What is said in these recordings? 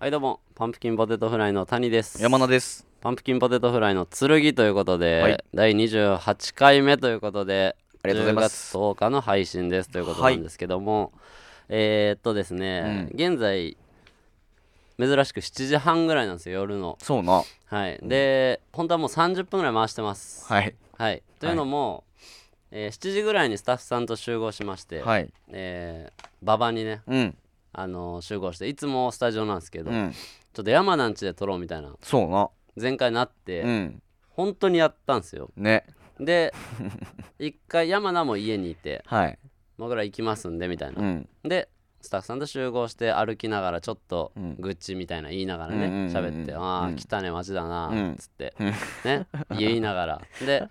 はいどうもパンプキンポテトフライの谷です山名ですパンプキンポテトフライの剣ということで、はい第28回目ということでありがとうございます10月10日の配信ですということなんですけども、えー、っとですね、う現在珍しく7時半ぐらいなんですよ夜のそうなはいで、本当はもう30分ぐらい回してますはいはい、というのも、えー7時ぐらいにスタッフさんと集合しまして、はいえー馬場にね、うんあのー集合していつもスタジオなんですけど、うちんょっと山なんちで撮ろうみたいなそうな前回なって、うん本当にやったんですよね で一回山名も家にいてはい僕ら行きますんでみたいな、うんでスタッフさんと集合して歩きながらちょっとうん愚痴みたいな言いながらうんうんうんうねん喋って「ああうん来たね街だな」うんつって、うんね言いながらで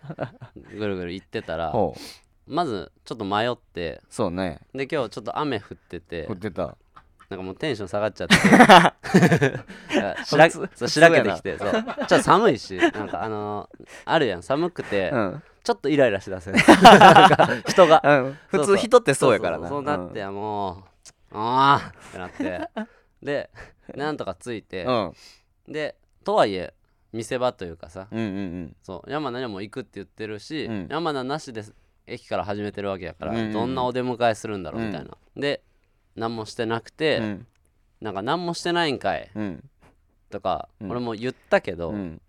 ぐるぐる行ってたらほうまずちょっと迷ってそうねで今日ちょっと雨降ってて振ってたなんかもうテンション下がっち ゃってなんかしら普通そうしらけてきてそうちょっと寒いしなんかあのーあるやん寒くて、うんちょっとイライラし だせるなんか人がうんそう普そう通人ってそうやからなそうそうそうなってもうああってなってでなんとかついてう、んでとはいえ見せ場というかさうんうんそう山名にはもう行くって言ってるし、うん山名なしで駅から始めてるわけやから、うんうんうんどんなお出迎えするんだろうみたいな、で何もしてなくて、うんうんなんか何もしてないんかいうんとか、うん俺も言ったけど、うん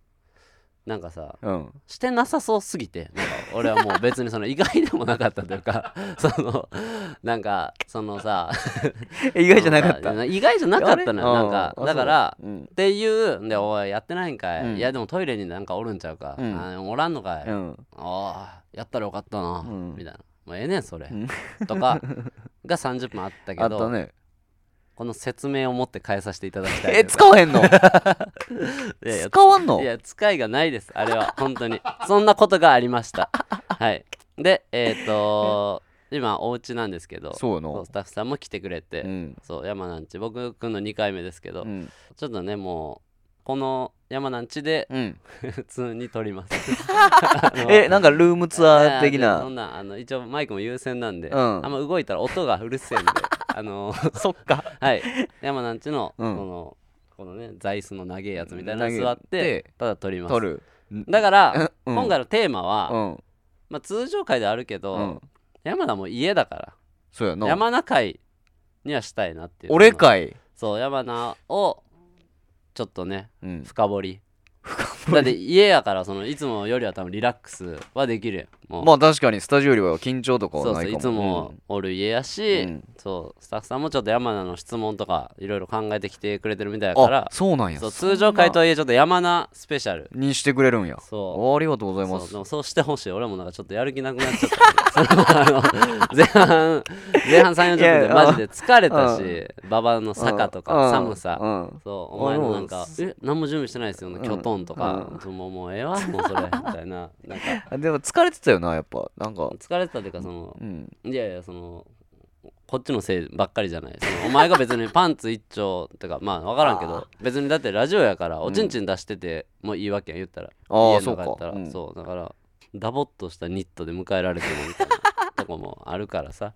なんかさうんしてなさそうすぎてなんか俺はもう別にその意外でもなかったというか そのなんかそのさえ意外じゃなかったなん意外じゃなかったのよあなれんかあだからそううんっていうんで「おいやってないんかい、うんいやでもトイレになんかおるんちゃうか、うんあおらんのかい、うあんあやったらよかったな」うんみたいな「もうええねんそれ」んとかが30分あったあけっどたねこの説明を持って変えさせていただきたいえ使わへんのいやいや使わんのいや、使いがないです、あれは、本当に。そんなことがあり ました。はい。で、えっ、と今、お家なんですけど、そうやなそうスタッフさんも来てくれて、うんそう、山なんち、僕くんの2回目ですけど、うんちょっとね、もう、この山なんちでうん普通に撮ります。 え なんかルームツアー的いやいやそなんなあの一応マイクも優先なんで、うんあんま動いたら音がうるせえんで あのそっかはい山なんちの、うんこのこのね座椅子の長いやつみたいな長のい座ってでただ撮ります取るだから、うん今回のテーマは、うんまあ、通常回ではあるけど、うん山名も家だかそうやらな山名会にはしたいなっていう俺かい、そう山名をちょっとねうん、深掘りだって家やからそのいつもよりは多分リラックスはできるよもう、まあ確かにスタジオよりは緊張とかそはうなそいうかもいつもおる家やし、うんそうスタッフさんもちょっと山名の質問とかいろいろ考えてきてくれてるみたいうやんかあらそうなんやそうそんな通常回とはいえちょっと山名スペシャルにしてくれるんやそうあありがとうございまそうすでもそうしてほしい俺もなんかちょっとやる気なくなっちゃったそのあの前半前半3 4 0分いでやマジで疲れたし馬場の坂とうかん寒さうんそうお前のなんか俺も「え何も準備してないですよねうんきょとん」とかう「そうもうもうええわもう それ」みたいななんかあでも疲れてたよなやっぱなんか疲れてたっていうかそのうんいやいやそのこっちのせいばっかりじゃないそのお前が別にパンツ一丁とかまあ分からんけあどー別にだってラジオやからおちんちん出しててもういいわけや言ったらあ家あのそう中やかったら、うんそうだからダボっとしたニットで迎えられてもみたいなとこもあるからさ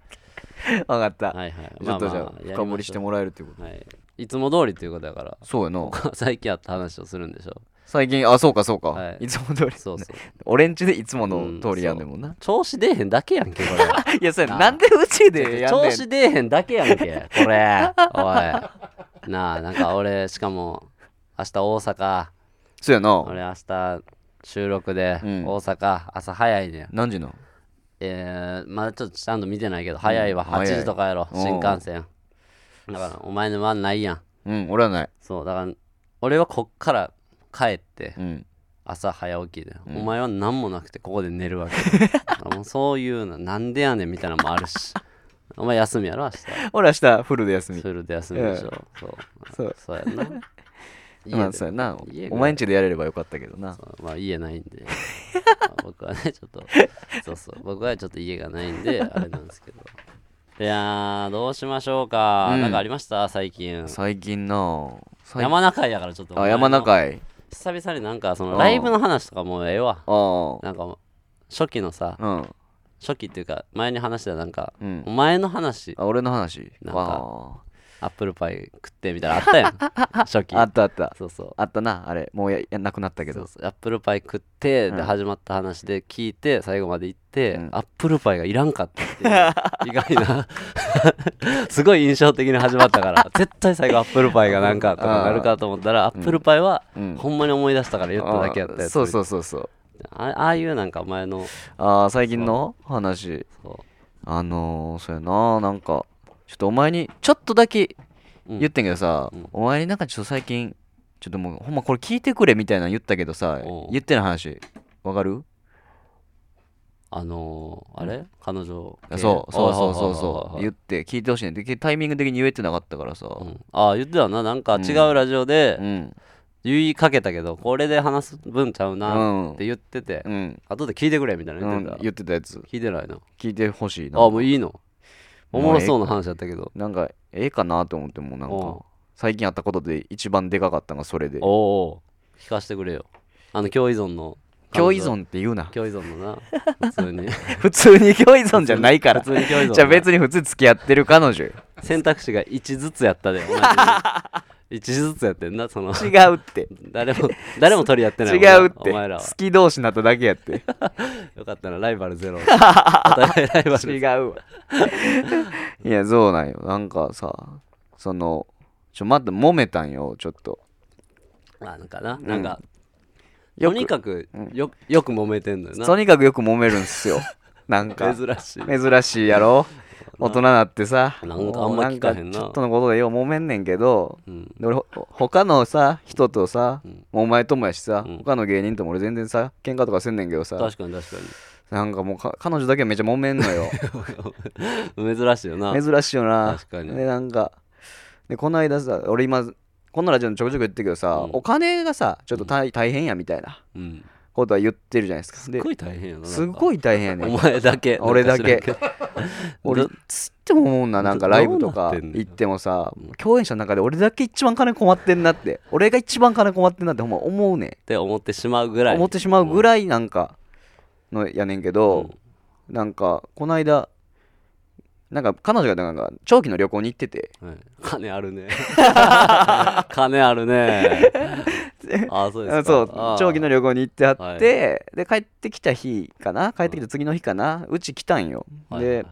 分かったはいはいちょっとじゃあ深掘りしてももらえるってことはいいつも通りということだからそうやな僕は最近あった話をするんでしょ最近あそうかそうはかいいつも通りそうそう俺んちでいつもの通りやんでもんな調子出えへんだけやん けこれいやそれなんでうちでやんね調ん子出えへんだけやんけ これおいなあなんか俺しかも明日大阪そうやな俺明日収録でう大ん阪朝早いねん何時なえー、まだちょっとちゃんと見てないけど、早いわ、早い8時とかやろ、うん新幹線。だから、お前の番ないやん。うん俺はないそう、だから、俺はこっから帰って、うん朝早起きで、うんお前は何もなくて、ここで寝 るわけ。だからもうそういうの、なんでやねんみたいなのもあるし、お前休みやろ、俺明日フルで休明日。みフルで休みでしょ。そう、そうそう やんな。家まあでそうやな家がお前んちでやれればよかったけどなそうまあ家ないん でまあ僕はねちょっとそうそう僕はちょっと家がないんであれなんですけどいやーどうしましょうか、うんなんかありました最近最近な最山中やからちょっとあ山お前の中い久々になんかそのうんライブの話とかもうええわあなんかもう初期のさあうん初期っていうか前に話したなんかうんお前の話あ俺の話なんかわあアップルパイ食ってみたいなあっ たやん初期あったあったそうそうあったなあれもうややなくなったけそどうそうアップルパイ食ってうんで始まった話で聞いて最後まで行って、うんアップルパイがいらんかったっていう意外な すごい印象的に始まっ たから絶対最後アップルパイがなんかとかなるかと思ったらアうんップルパイはうんほんまに思い出したから言っただけやったあやーつそうそうそうそうあああいうなんか前のああ最近の話そあのー、そうやななんかちょっとお前にちょっとだけう、うん言ってんけどさ、うんお前になんかちょっと最近ちょっともうほんまこれ聞いてくれみたいなの言ったけどさおう言ってない話わかるあのー、あれ彼女系そうそうそうそうあそーう言って聞いてほしいねんでタイミング的に言えてなかったからさうんあー言ってたななんか違うラジオでうん言いかけたけどこれで話す分ちゃううなっんて言っててうん後で聞いてくれみたいなのう言ってたん言ってたやつ聞いてないな聞いてほしいなあもういいのもおうもろそうな話だったけどなんかええかなと思ってもうなんおうか最近あったことで一番でかかったのがそれでおお聞かせてくれよあの共依存の共依存って言うな共依存のな普 通に普通に共依存じゃないから普通に共依存じゃあ別に普通に付き合ってる彼女よ選択肢が1ずつやったで同じ 一ずつやってんなその違うって誰も誰も取り合ってない違もんなうってお前らは好き同士になっただけやって よかったなライバルゼ ロお互いライバル違う わいやそうなんよなんかさそのちょまた揉めたんよちょっとまあなんかななんかよとくにかくよよく揉めてんのよなとにかくよく揉めるんす よなんか珍しい珍しいやろ大人なってさなんかあんま聞かへもんなうちょっとのことでよう揉めんねんけどうんで俺ほ他のさ人とさ、うんお前ともやしさ、うん他の芸人とも俺全然さ喧嘩とかせんねんけどさ確かに確かなんかもうか彼女だけはめっちゃ揉めんの よに珍しいよな珍しいよな確かにでなんかでこの間さ俺今このラジオのちょくちょく言ってるけどさ、うんお金がさちょっと大,、大変やみたいなうんことは言ってるじゃないですかすっでごい大変やなすいごい大変やねんお前だけ 俺だ けなんか知らん俺どつっても思うななんかどライブとどうなっかてんの行ってもさ共演者の中で俺だけ一番金困ってんなって俺が一番金困ってんなってほんま思うねんって思ってしまうぐらい思ってしまうぐらいなんかのやねんけど、なんかこの間なんか彼女がなんか長期の旅行に行っててはい金 あるね金あるねあそうですあかそうあー長期の旅行に行ってあって、はいで帰ってきた日かな帰ってきた次の日かなうち来たんよ、はいはいでは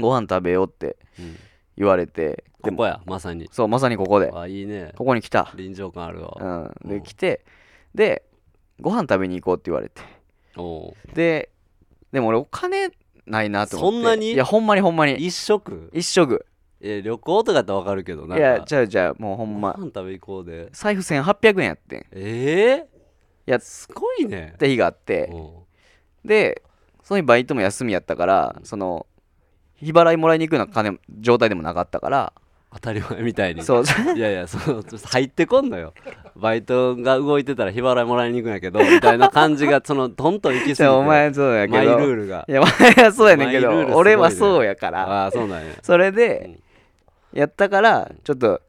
ご飯食べようっていうん言われてでここやまさにそうまさにここであいいねここに来た、臨場感あるわうん、うでん来てでご飯食べに行こうって言われておうででも俺お金ないなと思ってそんなにいやほんまにほんまに一食一食え旅行とかやってわかるけどないんやかじゃあじゃあもうほごんま飯食べ行こうで財布1800円やってんっええいやすごいねて日があっておうでその日バイトも休みやったからその日払いもらいに行くような金状態でもなかったから当たり前みたいに そういやいや、その、ちょっと入ってこんのよ。バイトが動いてたら日払いもらいに行くんやけど、みたいな感じが、その、どんどん行き過ぎじて。ゃあお前そうやけマイルどールが。いやお前はそうやねんけどマイルールすごいね俺はそうやからああー、そうなんや。それでやったからちょっと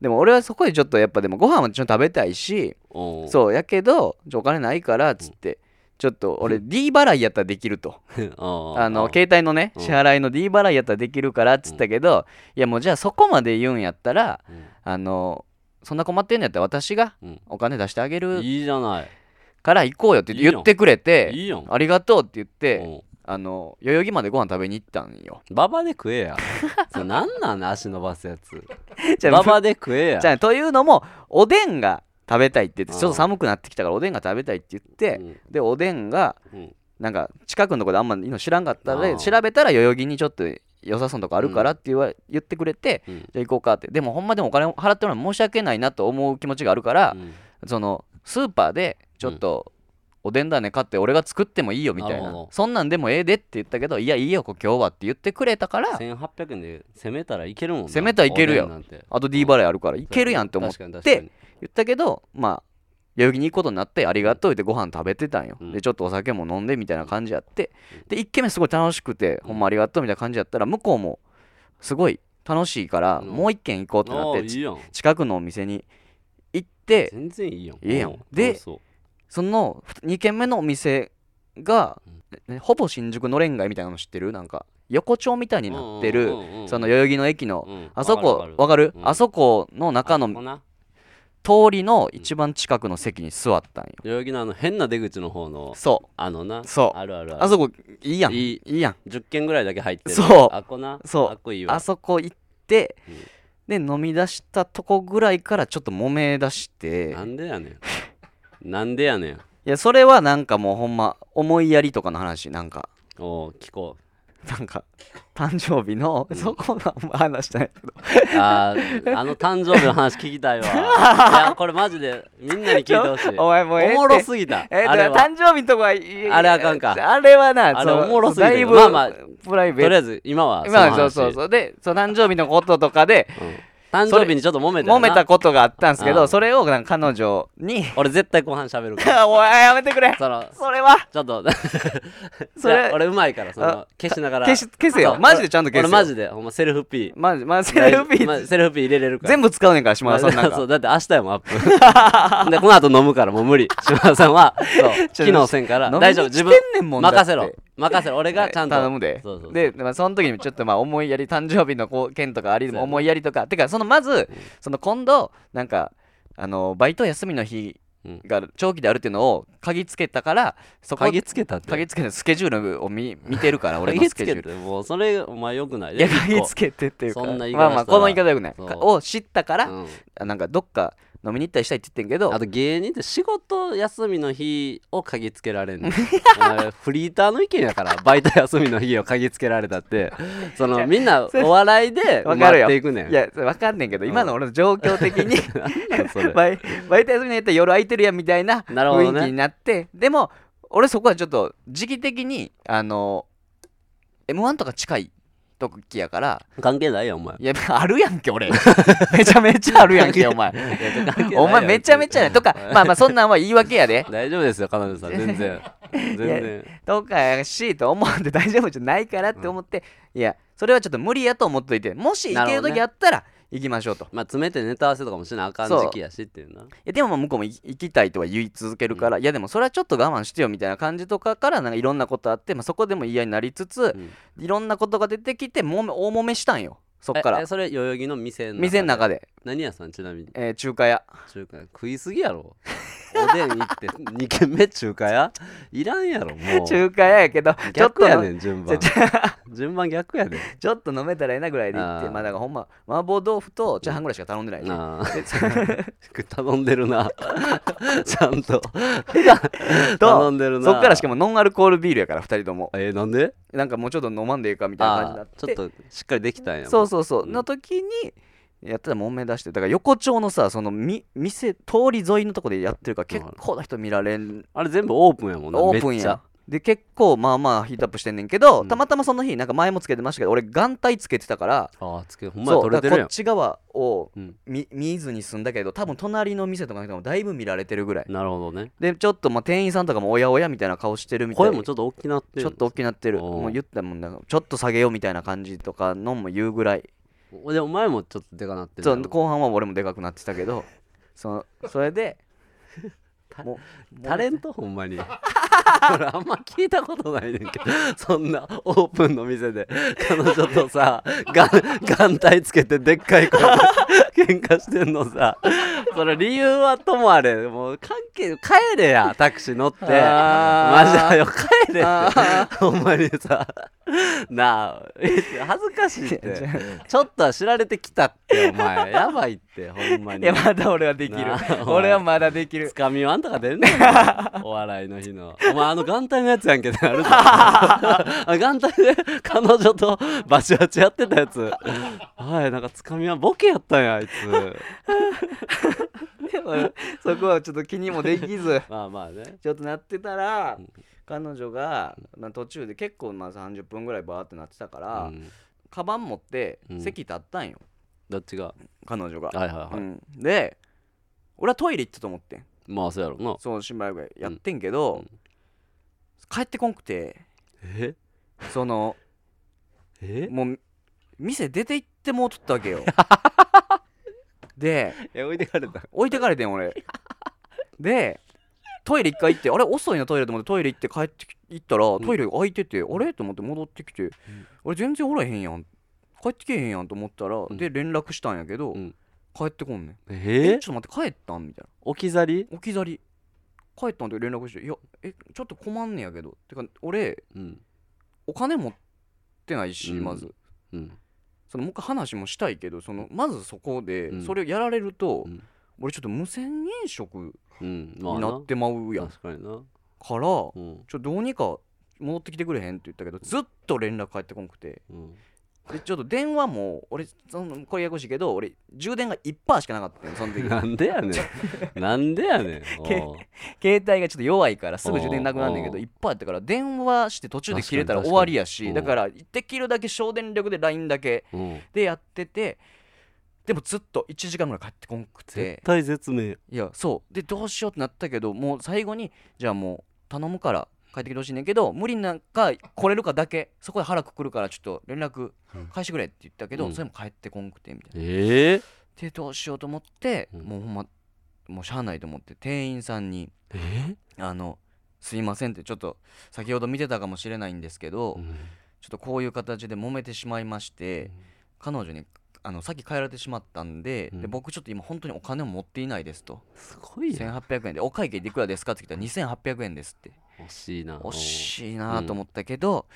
でも俺はそこでちょっとやっぱでもご飯はちょっと食べたいしおう。そうやけどちょお金ないからっつってちょっと俺 D 払いやったらできると ああの携帯のねうん支払いの D 払いやったらできるからっつったけど、いやもうじゃあそこまで言うんやったらあのそんな困ってんのやったら私がうんお金出してあげうんるいいじゃない。から行こうよって言いっいての言ってくれていいやん。ありがとうって言っておうあの代々木までご飯食べに行ったん よババで食えや。それなんなん足伸ばすやつ。じゃあババで食えや。じゃあというのもおでんが食べたいって言ってうんちょっと寒くなってきたからおでんが食べたいって言ってうんでおでんがうんなんか近くのとこであんまいいの知らんかったのうでん調べたら代々木にちょっと良さそうなとこあるからって言わ言ってくれてうんじゃあ行こうかってでもほんまでもお金を払ってもらうの申し訳ないなと思う気持ちがあるから、うんそのスーパーでちょっとおでんだね買って俺が作ってもいいよみたいななるほどそんなんでもええでって言ったけどいやいいよこう今日はって言ってくれたから1800円で攻めたらいけるもんな攻めたらいけるやんおでんなんてあと D 払いあるからいけるやんって思って確かに確かてに言ったけどまあ代々木に行くことになってありがとうってご飯食べてたんよ、うんでちょっとお酒も飲んでみたいな感じやってで1軒目すごい楽しくてほんまありがとうみたいな感じやったら向こうもすごい楽しいからうんもう1軒行こうってなあっあていいやん近くのお店に行って全然いいやんいいやんおうで楽しそうその2軒目のお店がうんねほぼ新宿のれん街みたいなの知ってるなんか横丁みたいになってるその代々木の駅ののあそこわかるあそこの中の代通りの一番近くの席に座ったんよ々木のあの変な出口の方のそあのなそうあるあるうあるあそこいいやんいいいいやん10軒ぐらいだけ入ってるそうあっこなそうあっこいいあわそこ行ってで飲み出したとこぐらいからちょっと揉め出してなんでやねんなんでやねんいやそれはなんかもうほんま思いやりとかの話なんかおお聞こなんか誕生日の、そこのあんま話してないけどうあーあの誕生日の話聞 きたいわいやこれマジでみんなに聞いてほしいお前もうええっておもろすぎたえーあれだからは誕生日のとこはいいあれあかんかあれはなあれそうおもろすぎだていぶまあまあプライベとりあーえず今はトそ今のは話そうそうそうでそう誕生日のこととか でうん誕生日にちょっと揉め揉たよなめたことがあったんですけあどあそれをなんか彼女 に俺絶対後半喋るからおいやめてくれそのそれはちょっとそれいや俺うまいからそのあ消しながら消し消せそようマジでちゃんと消せよ俺マジでほんまセルフ P マジマジセルフィまあーセルフ P 入れれるから全部使うねんから島田さんなん そかうだって明日やもんアップ でこの後飲むからもう無理島田さんはそうちょ機能せんから飲みに大丈来夫自分てんねんもんだって任せろ任せろ俺がちゃんと頼むでそうそうそうで、まあ、その 時にちょっとまあ思いやり誕生日のこう件とかありそうやな思いやりとかてかそのまずその今度なんかあのバイト休みの日が長期であるっていうのを鍵つけたからそこ鍵つけたって鍵つけてスケジュールを見見てる から俺の鍵スつケジュけールてもうそれお前よくないいや鍵つけてっていうかそんな言い方まあまあしたらこの言い方よくないそうかを知ったかたら、なんかどっか飲みに行ったりしたいって言ってんけどあと芸人って仕事休みの日を鍵つけら れんのお前フリーターの意見やからバイト休みの日を鍵つけられた ってそのみんなお笑いでわかる待よっていくねんいやわかんねんけど今の俺の状況的 にな んそれバイバイト休みのやったら夜空いてるやんみたいななるほどね雰囲気になって、でも俺そこはちょっと時期的にあの m 1とか近い時やから関係ないよお前いやあるやんけ俺 めちゃめちゃあるやんけお前 お前めちゃめちゃやとかまあまあそんなんは言い訳やで大丈夫ですよ、彼女さん、全然。全然。とかやしと思って大丈夫じゃないからって思って、いやそれはちょっと無理やと思っといてもし行ける時やったら行きましょうと、まあ、詰めてネタ合わせとかもしなあかんそう時期やしっていうな。いやでもまあ向こうも行行きたいとは言い続けるから、いやでもそれはちょっと我慢してよみたいな感じとかからなんかいろんなことあって、まあ、そこでも嫌になりつつ、うんいろんなことが出てきてもめ大揉めしたんよそっかええらそれ、代々木の店の。店の中で。で、何屋さん、ちなみに。えー中華屋中華屋。食いすぎやろ。おでん行って、2軒目中 華屋いらんやろ、もう。中華屋やけどちょっ逆とやのねん、順番。 順番逆やで。ちょっと飲めたらええなぐらいで行ってあーまあだからほんま麻婆豆腐とチャーハンぐらいしか頼んでないし、 なあ。頼んでるな。ちゃんと。普 段頼んでるな。そっからしかもノンアルコールビールやから2人ともえー、なんでなんかもうちょっと飲まんでええかみたいな感じになあってーちょっとしっかりできたんや。そうそうそう、うんの時にやってたら揉め出してだから横丁のさそのみ店通り沿いのとこでやってるから結なるほど構な人見られんあれ全部オープンやもんな。オープンめっちゃや。で結構まあまあヒートアップしてんねんけど、うんたまたまその日なんか前もつけてましたけど俺眼帯つけてたからああ、つけ、ほんまやそう取だれてからこるっやん。ち側をうん見見ずに済んだけど多分隣の店とかの人もだいぶ見られてるぐらいなるほどね。でちょっとまあ店員さんとかもおやおやみたいな顔してるみたい声なもちょっと大きなってちょっと大きなってるおうもう言ったもんだからちょっと下げようみたいな感じとかのも言うぐらいおでお前もちょっとでかなってるそう後半は俺もでかくなってたけ どそのそれでもうタレントほんまに俺あんま聞いたことないねんけどそんなオープンの店で彼女とさが眼帯つけてでっかい声で 喧嘩してんのさそれ理由はともあれもう関係帰れやタクシー乗ってマジあーだよ帰れあってほんまにさなあ恥ずかし いっいやじてゃちょっとは知られてきたってお前やばいってほんまあにいやまだ俺はできるなあ俺はまだできるつかみはあんたが出んねんお 前お笑いの日のお前あの元旦のやつやんけってなる じゃんあ元旦で彼女とバチバチやってたやつはいなんかつかみはボケやったんやあいつそこはちょっと気にもできずまあまあねちょっとなってたら彼女が、まあ、途中で結構まあ30分ぐらいバーってなってたから、うんカバン持ってうん席立ったんよ、どっちが彼女が、はいはいはい、うんで俺はトイレ行ったと思ってんまあそうやろなそのしばらくやってんけど、うんうん帰ってこんくてえそのえもう店出て行ってもうとったわけ よでえ置いてかれた置いてかれてん俺でトイレ一回行ってあれ遅いなトイレと思ってトイレ行って帰ってき行ったらトイレ空いてて、あれと思って戻ってきて、あれ全然おらへんやん帰ってけへんやんと思ったら、んで連絡したんやけど、うん帰ってこんねんええちょっと待って帰ったんみたいな置き去り置き去り帰ったんって連絡して「いやえちょっと困んねやけど」てか俺うんお金持ってないし、うんまずうんそのもう一回話もしたいけどそのまずそこで、うんそれをやられると、うん俺ちょっと無銭飲食うんまあになってまうやん、確かになからちょうんっとどうにか戻ってきてくれへんって言ったけどずっと連絡返ってこんくてうんでちょっと電話も俺そのこれややこしいけど俺充電が1%しかなかったのよその時 なんでやね んなんでやねんおう携帯がちょっと弱いからすぐ充電なくなんだけおうどおう1%やったから電話して途中で切れたら確かに終わりや確しかだにからできるだけ省電力で LINE だけうんでやっててでもずっと1時間ぐらい帰ってこんく絶て対絶命いやそうでどうしようってなったけどもう最後にじゃあもう頼むから帰ってきてほしいねんけど無理なんか来れるかだけそこで腹くくるからちょっと連絡返してくれって言ったけど、うんそれも帰ってこんくてみたいな。ええでどうしようと思って、うんもうほんまもうしゃあないと思って店員さんにえ「あのすいません」ってちょっと先ほど見てたかもしれないんですけど、ちょっとこういう形で揉めてしまいまして、彼女にあの先帰られてしまったんで,、うんで僕ちょっと今本当にお金を持っていないですとすごいやん1800円でお会計でいくらですかって聞いたら2800円ですって惜しいな惜しいなと思ったけど、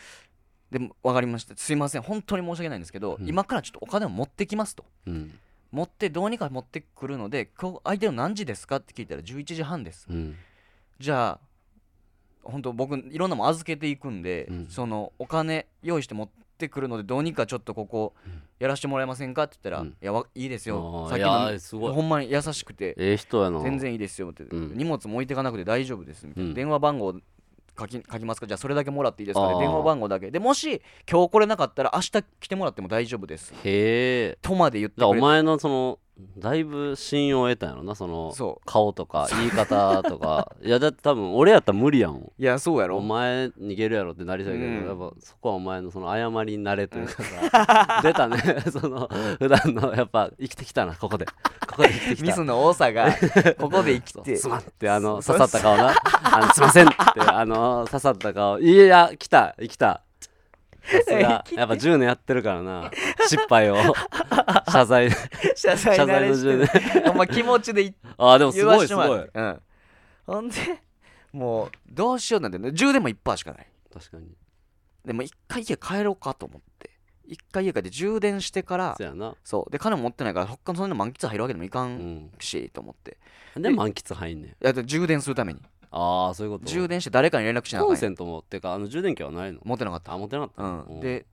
でも分かりましたすいません本当に申し訳ないんですけど、うん今からちょっとお金を持ってきますと。うん持ってどうにか持ってくるので今日相手の何時ですかって聞いたら11時半ですうんじゃあ本当僕いろんなもん預けていくんで、うんそのお金用意して持ってくるのでどうにかちょっとここうんやらしてもらえませんかって言ったら、うんいやわいいですよあーさっきいやーのすごいほんまに優しくてええ人やな全然いいですよって、うん荷物も置いていかなくて大丈夫ですみたいな、うん電話番号書き書きますかじゃあそれだけもらっていいですかあねー電話番号だけでもし今日来れなかったら明日来てもらっても大丈夫ですへえとまで言ってだくからおれて前のそのだいぶ信用を得たんやろなそのそ顔とか言い方とか いやだって多分俺やったら無理やもんいやそうやろお前逃げるやろってなりそうやけど、うんやっぱそこはお前のその誤りになれというかさ出たね その普段のやっぱ生きてきたなここでここで生きてきたミスの多さがここで生き そうてすまんってあのそ刺さった顔なあのすいませんって あの刺さった顔いや来た生きたさす がやっぱ10年やってるからな失敗を謝罪謝罪慣れ謝罪のしてるほんま気持ちでいあーでもす言わごしていすもらごっいてうんほんでもうどうしようなんてね10でも1%しかない確かにでも一回家帰ろうかと思って一回家帰って充電してからそうやなそうで金も持ってないから他のそんな満喫入るわけにもいかうんんしと思ってで満喫入んねんいやで充電するためにああそういうこと充電して誰かに連絡しなあコかンんやセんントもってかあの充電器はないの持ってなかったあ持ってなかったうん、おで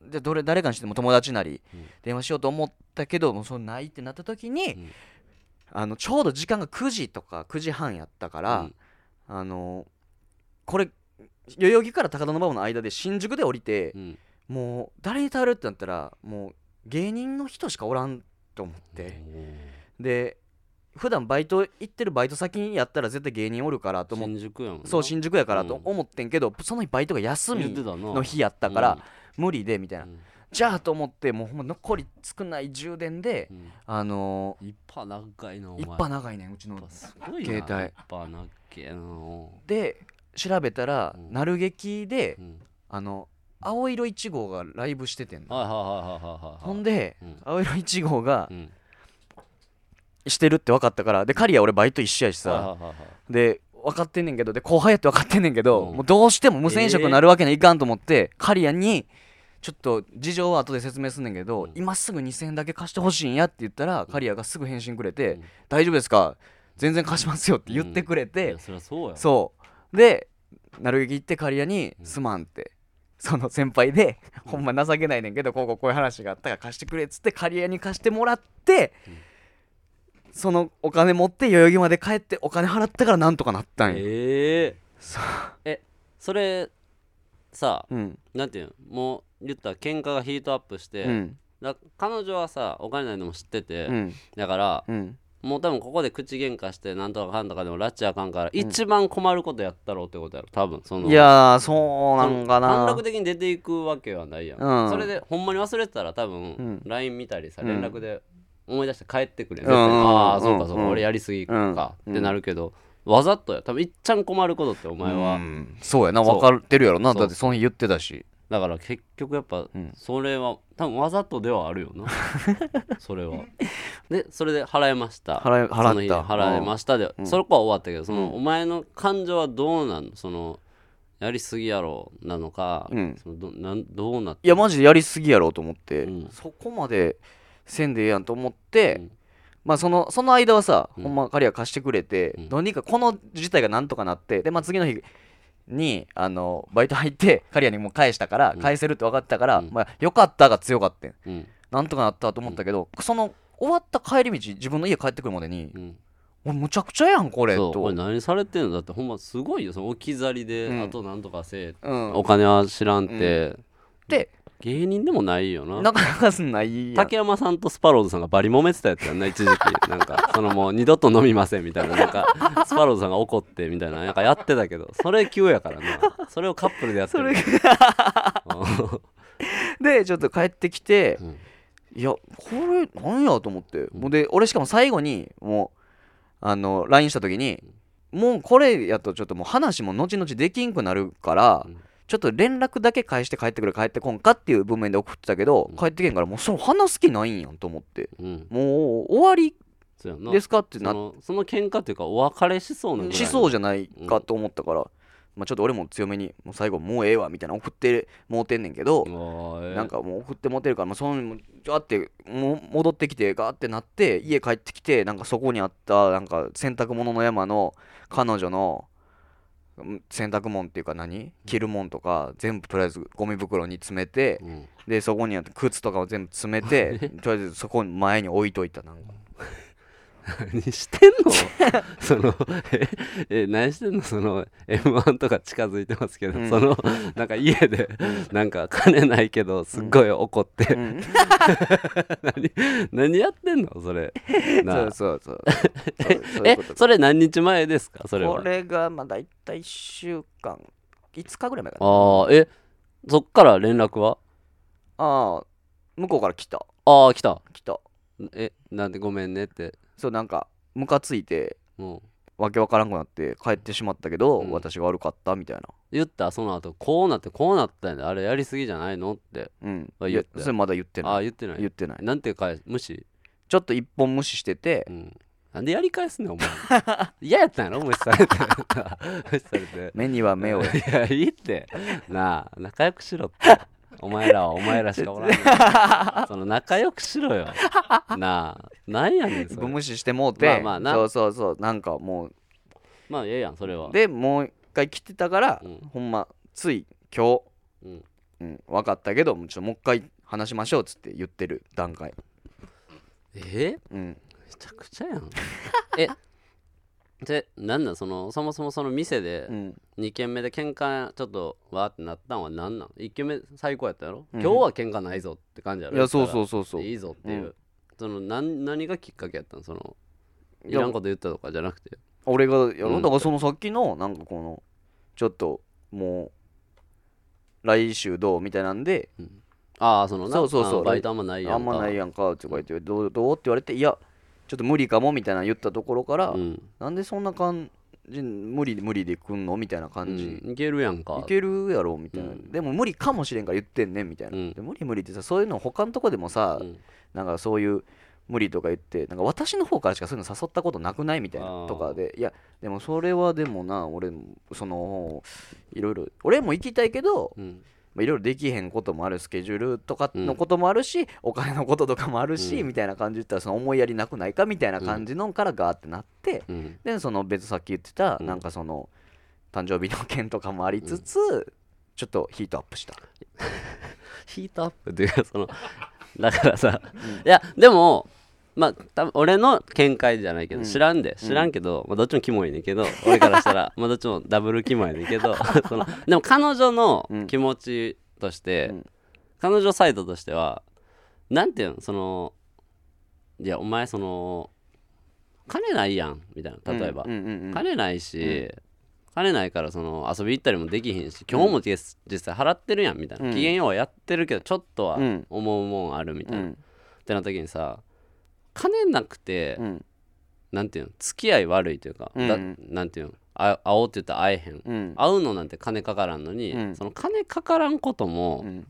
でどれ誰かにしても友達なりうん電話しようと思ったけどもうそのないってなった時に、うんあのちょうど時間が9時とか9時半やったから、うんあのこれ代々木から高田馬場の間で新宿で降りてう、んもう誰に頼るってなったらもう芸人の人しかおらんと思って、で普段バイト行ってるバイト先やったら絶対芸人おるからとおー思って新宿やもんなそう新宿やからうとん思ってんけど、その日バイトが休言ってみたなの日やったから、無理でみたいなう。んじゃあと思ってもうほんま残り少ない充電で、うんあの一波長いなおー、前一波長いねんうちのやっぱすごいな携帯一波長いなおで調べたら、うんなる劇でーうんあの青色1号がライブしててんのはいはいはいはいはいはいほんで、うん青色1号がうんしてるって分かったからでカリア俺バイト一緒やしはいはさいはいはいで分かってんねんけどで後輩やって分かってんねんけど、うんもうどうしても無線飲食になるわけにはいかんと思って、カリアにちょっと事情は後で説明すんねんけど、うん今すぐ2000円だけ貸してほしいんやって言ったら、カリアがすぐ返信くれて、うん大丈夫ですか全然貸しますよって言ってくれいて、やそりゃそうやわそうでなるべき行って刈谷に「うんすまん」って、その先輩で「ほんま情けないねんけどこうこうこういう話があったから貸してくれ」っつって刈谷に貸してもらって、そのお金持って代々木まで帰ってお金払ったからなんとかなったんよ、ええそそれさうんなんていうのもう言ったら喧嘩がヒートアップして、うんだ彼女はさお金ないのも知ってて、うんだからうんもう多分ここで口喧嘩してなんとかかんとかでも拉致あかんから、一番困ることやったろうってことやろ多分そのいやーそうなんか短な絡的に出ていくわけはないやん、うんそれでほんまに忘れてたら多分、うん LINE 見たりさうん連絡で思い出して帰ってくれ、うんうんああそうかそうか、うん俺やりすぎか、うんってなるけど、わざとや多分いっちゃん困ることってお前は、うんそうやなそ分うかってるやろなそうだってその日言ってたしだから結局やっぱうんそれは多分わざとではあるよ なそれはでそれで払えました払え払ったその日払えましたで、うんそこは終わったけどその、うんお前の感情はどうなんのそのやりすぎやろなのか、うんそのどなんどうなっいやマジでやりすぎやろうと思って、うんそこまでせんでええやんと思って、うんまあそのその間はさ、うんほんま彼は貸してくれて、うんどうにかこの事態がなんとかなってでまあ次の日にあのバイト入ってカリアにもう返したから、うん返せるって分かってたから、うんまあ、よかったが強かったうんなんとかなったと思ったけど、その終わった帰り道自分の家帰ってくるまでにう、ん俺むちゃくちゃやんこれそうとこれ何されてんのだってほんますごいよその置き去りで、うんあとなんとかせえうんお金は知らんて、で芸人でもないよななかなかすんないやん竹山さんとスパローズさんがバリ揉めてたやつやんな 一時期なんかそのもう二度と飲みませんみたいななんかスパローズさんが怒ってみたいななんかやってたけどそれ急やからなそれをカップルでやってそるれうんでちょっと帰ってきて、 うんいやこれなんやと思って、もうで俺しかも最後にもうあの LINE した時に、もうこれやとちょっともう話も後々できんくなるから、うんちょっと連絡だけ返して帰ってくる帰ってこんかっていう文面で送ってたけど、うん帰ってけんからもうその話す気ないんやんと思ってうんもう終わりそうやんなですかってそなっのその喧嘩っていうかお別れしそうなぐらいしそうじゃないかと思ったから、まあ、ちょっと俺も強めにもう最後もうええわみたいな送ってもうてんねんけど、おーえーなんかもう送って持てるから、まあ、そのもうガーっても戻ってきてガーってなって家帰ってきてなんかそこにあったなんか洗濯物の山の彼女のうん洗濯物っていうか何着るもんとか全部とりあえずゴミ袋に詰めてうんでそこにあった靴とかを全部詰め てとりあえずそこに前に置いといた なんか何 してんのその ええ何してんのその m 1とか近づいてますけど、うんそのなんか家でなんか金ないけどすっごい怒って、 うん何何やってんの それなそうあそうそうそうそういうえことそれ何日前ですかそれこはれがまあ大体1週間5日ぐらい前かなああえそっから連絡はああ向こうから来たああ来た来たえなんでごめんねってそうなんかムカついてもうわけわからんくなって帰ってしまったけど、うん私が悪かったみたいな言ったその後こうなってこうなったんだあれやりすぎじゃないのってうんあいや言ってそれまだ言ってあなあい言ってない言ってないなんて返す無視ちょっと一本無視しててうんなんでやり返すねん お前嫌やったんやろ無視されて 無視されて目には目 をいやいいってなあ仲良くしろってお前らはお前らしかおらんねん その仲良くしろよなあなんやねん一そ本れ無視してもうて、まあまあなそうそうそうなんかもまあええやんそれはうでもう一回来てたから、うんほんまつい今日、うんうん、分かったけどもうちょっともう一回話しましょうっつって言ってる段階えーうめんちゃくちゃやんえでなんなんそのそもそもその店でうん2軒目で喧嘩ちょっとわーってなったんはなんなん1軒目最高やったやろ、うん今日は喧嘩ないぞって感じやろいやそうそううそうそういいぞっていう、うんそのなん何がきっかけやったんそのいいやらんこと言ったとかじゃなくて俺がやうろんだからそのさっきのなんかこのちょっともう来週どうみたいなんでああそのなそうそうそうあバイトあんまないやんかあんまないやんかとか言ってどうどうって言われていやちょっと無理かもみたいなの言ったところからうん、なんでそんな感じ無理無理でくんのみたいな感じうんいけるやんかいけるやろみたいなうんでも無理かもしれんから言ってんねんみたいなうんで無理無理ってさそういうの他のとこでもさうんなんかそういう無理とか言ってなんか私の方からしかそういうの誘ったことなくないみたいあーなとかでいやでもそれはでもな俺もそのいろいろ俺も行きたいけどうんまあいろいろできへんこともあるスケジュールとかうんのこともあるし、お金のこととかもあるし、うんみたいな感じで言ったらその思いやりなくないかみたいな感じのからガーってなって、うんでその別さっき言ってた、うんなんかその誕生日の件とかもありつつ、ちょっとヒートアップした。ヒートアップっていうかその だからさ、いやでもまあ多分俺の見解じゃないけど、うん知らんでうん知らんけど、まあ、どっちもキモいねんけど俺からしたらまあどっちもダブルキモいねんけ どそのでも彼女の気持ちとして、うん彼女サイドとしてはなんていうのそのいやお前その金ないやんみたいな例えば、うんうんうんうん金ないし、金ないからその遊び行ったりもできへんし今日も実実際払ってるやんみたいな、うん機嫌ようはやってるけどちょっとはうん思うもんあるみたいうな、っんてなった時にさ金なくて、うんなんていうの付き合い悪いというか、うんだなんていうのあ会おうって言ったら会えへん、うん会うのなんて金かからんのに、うんその金かからんこともうん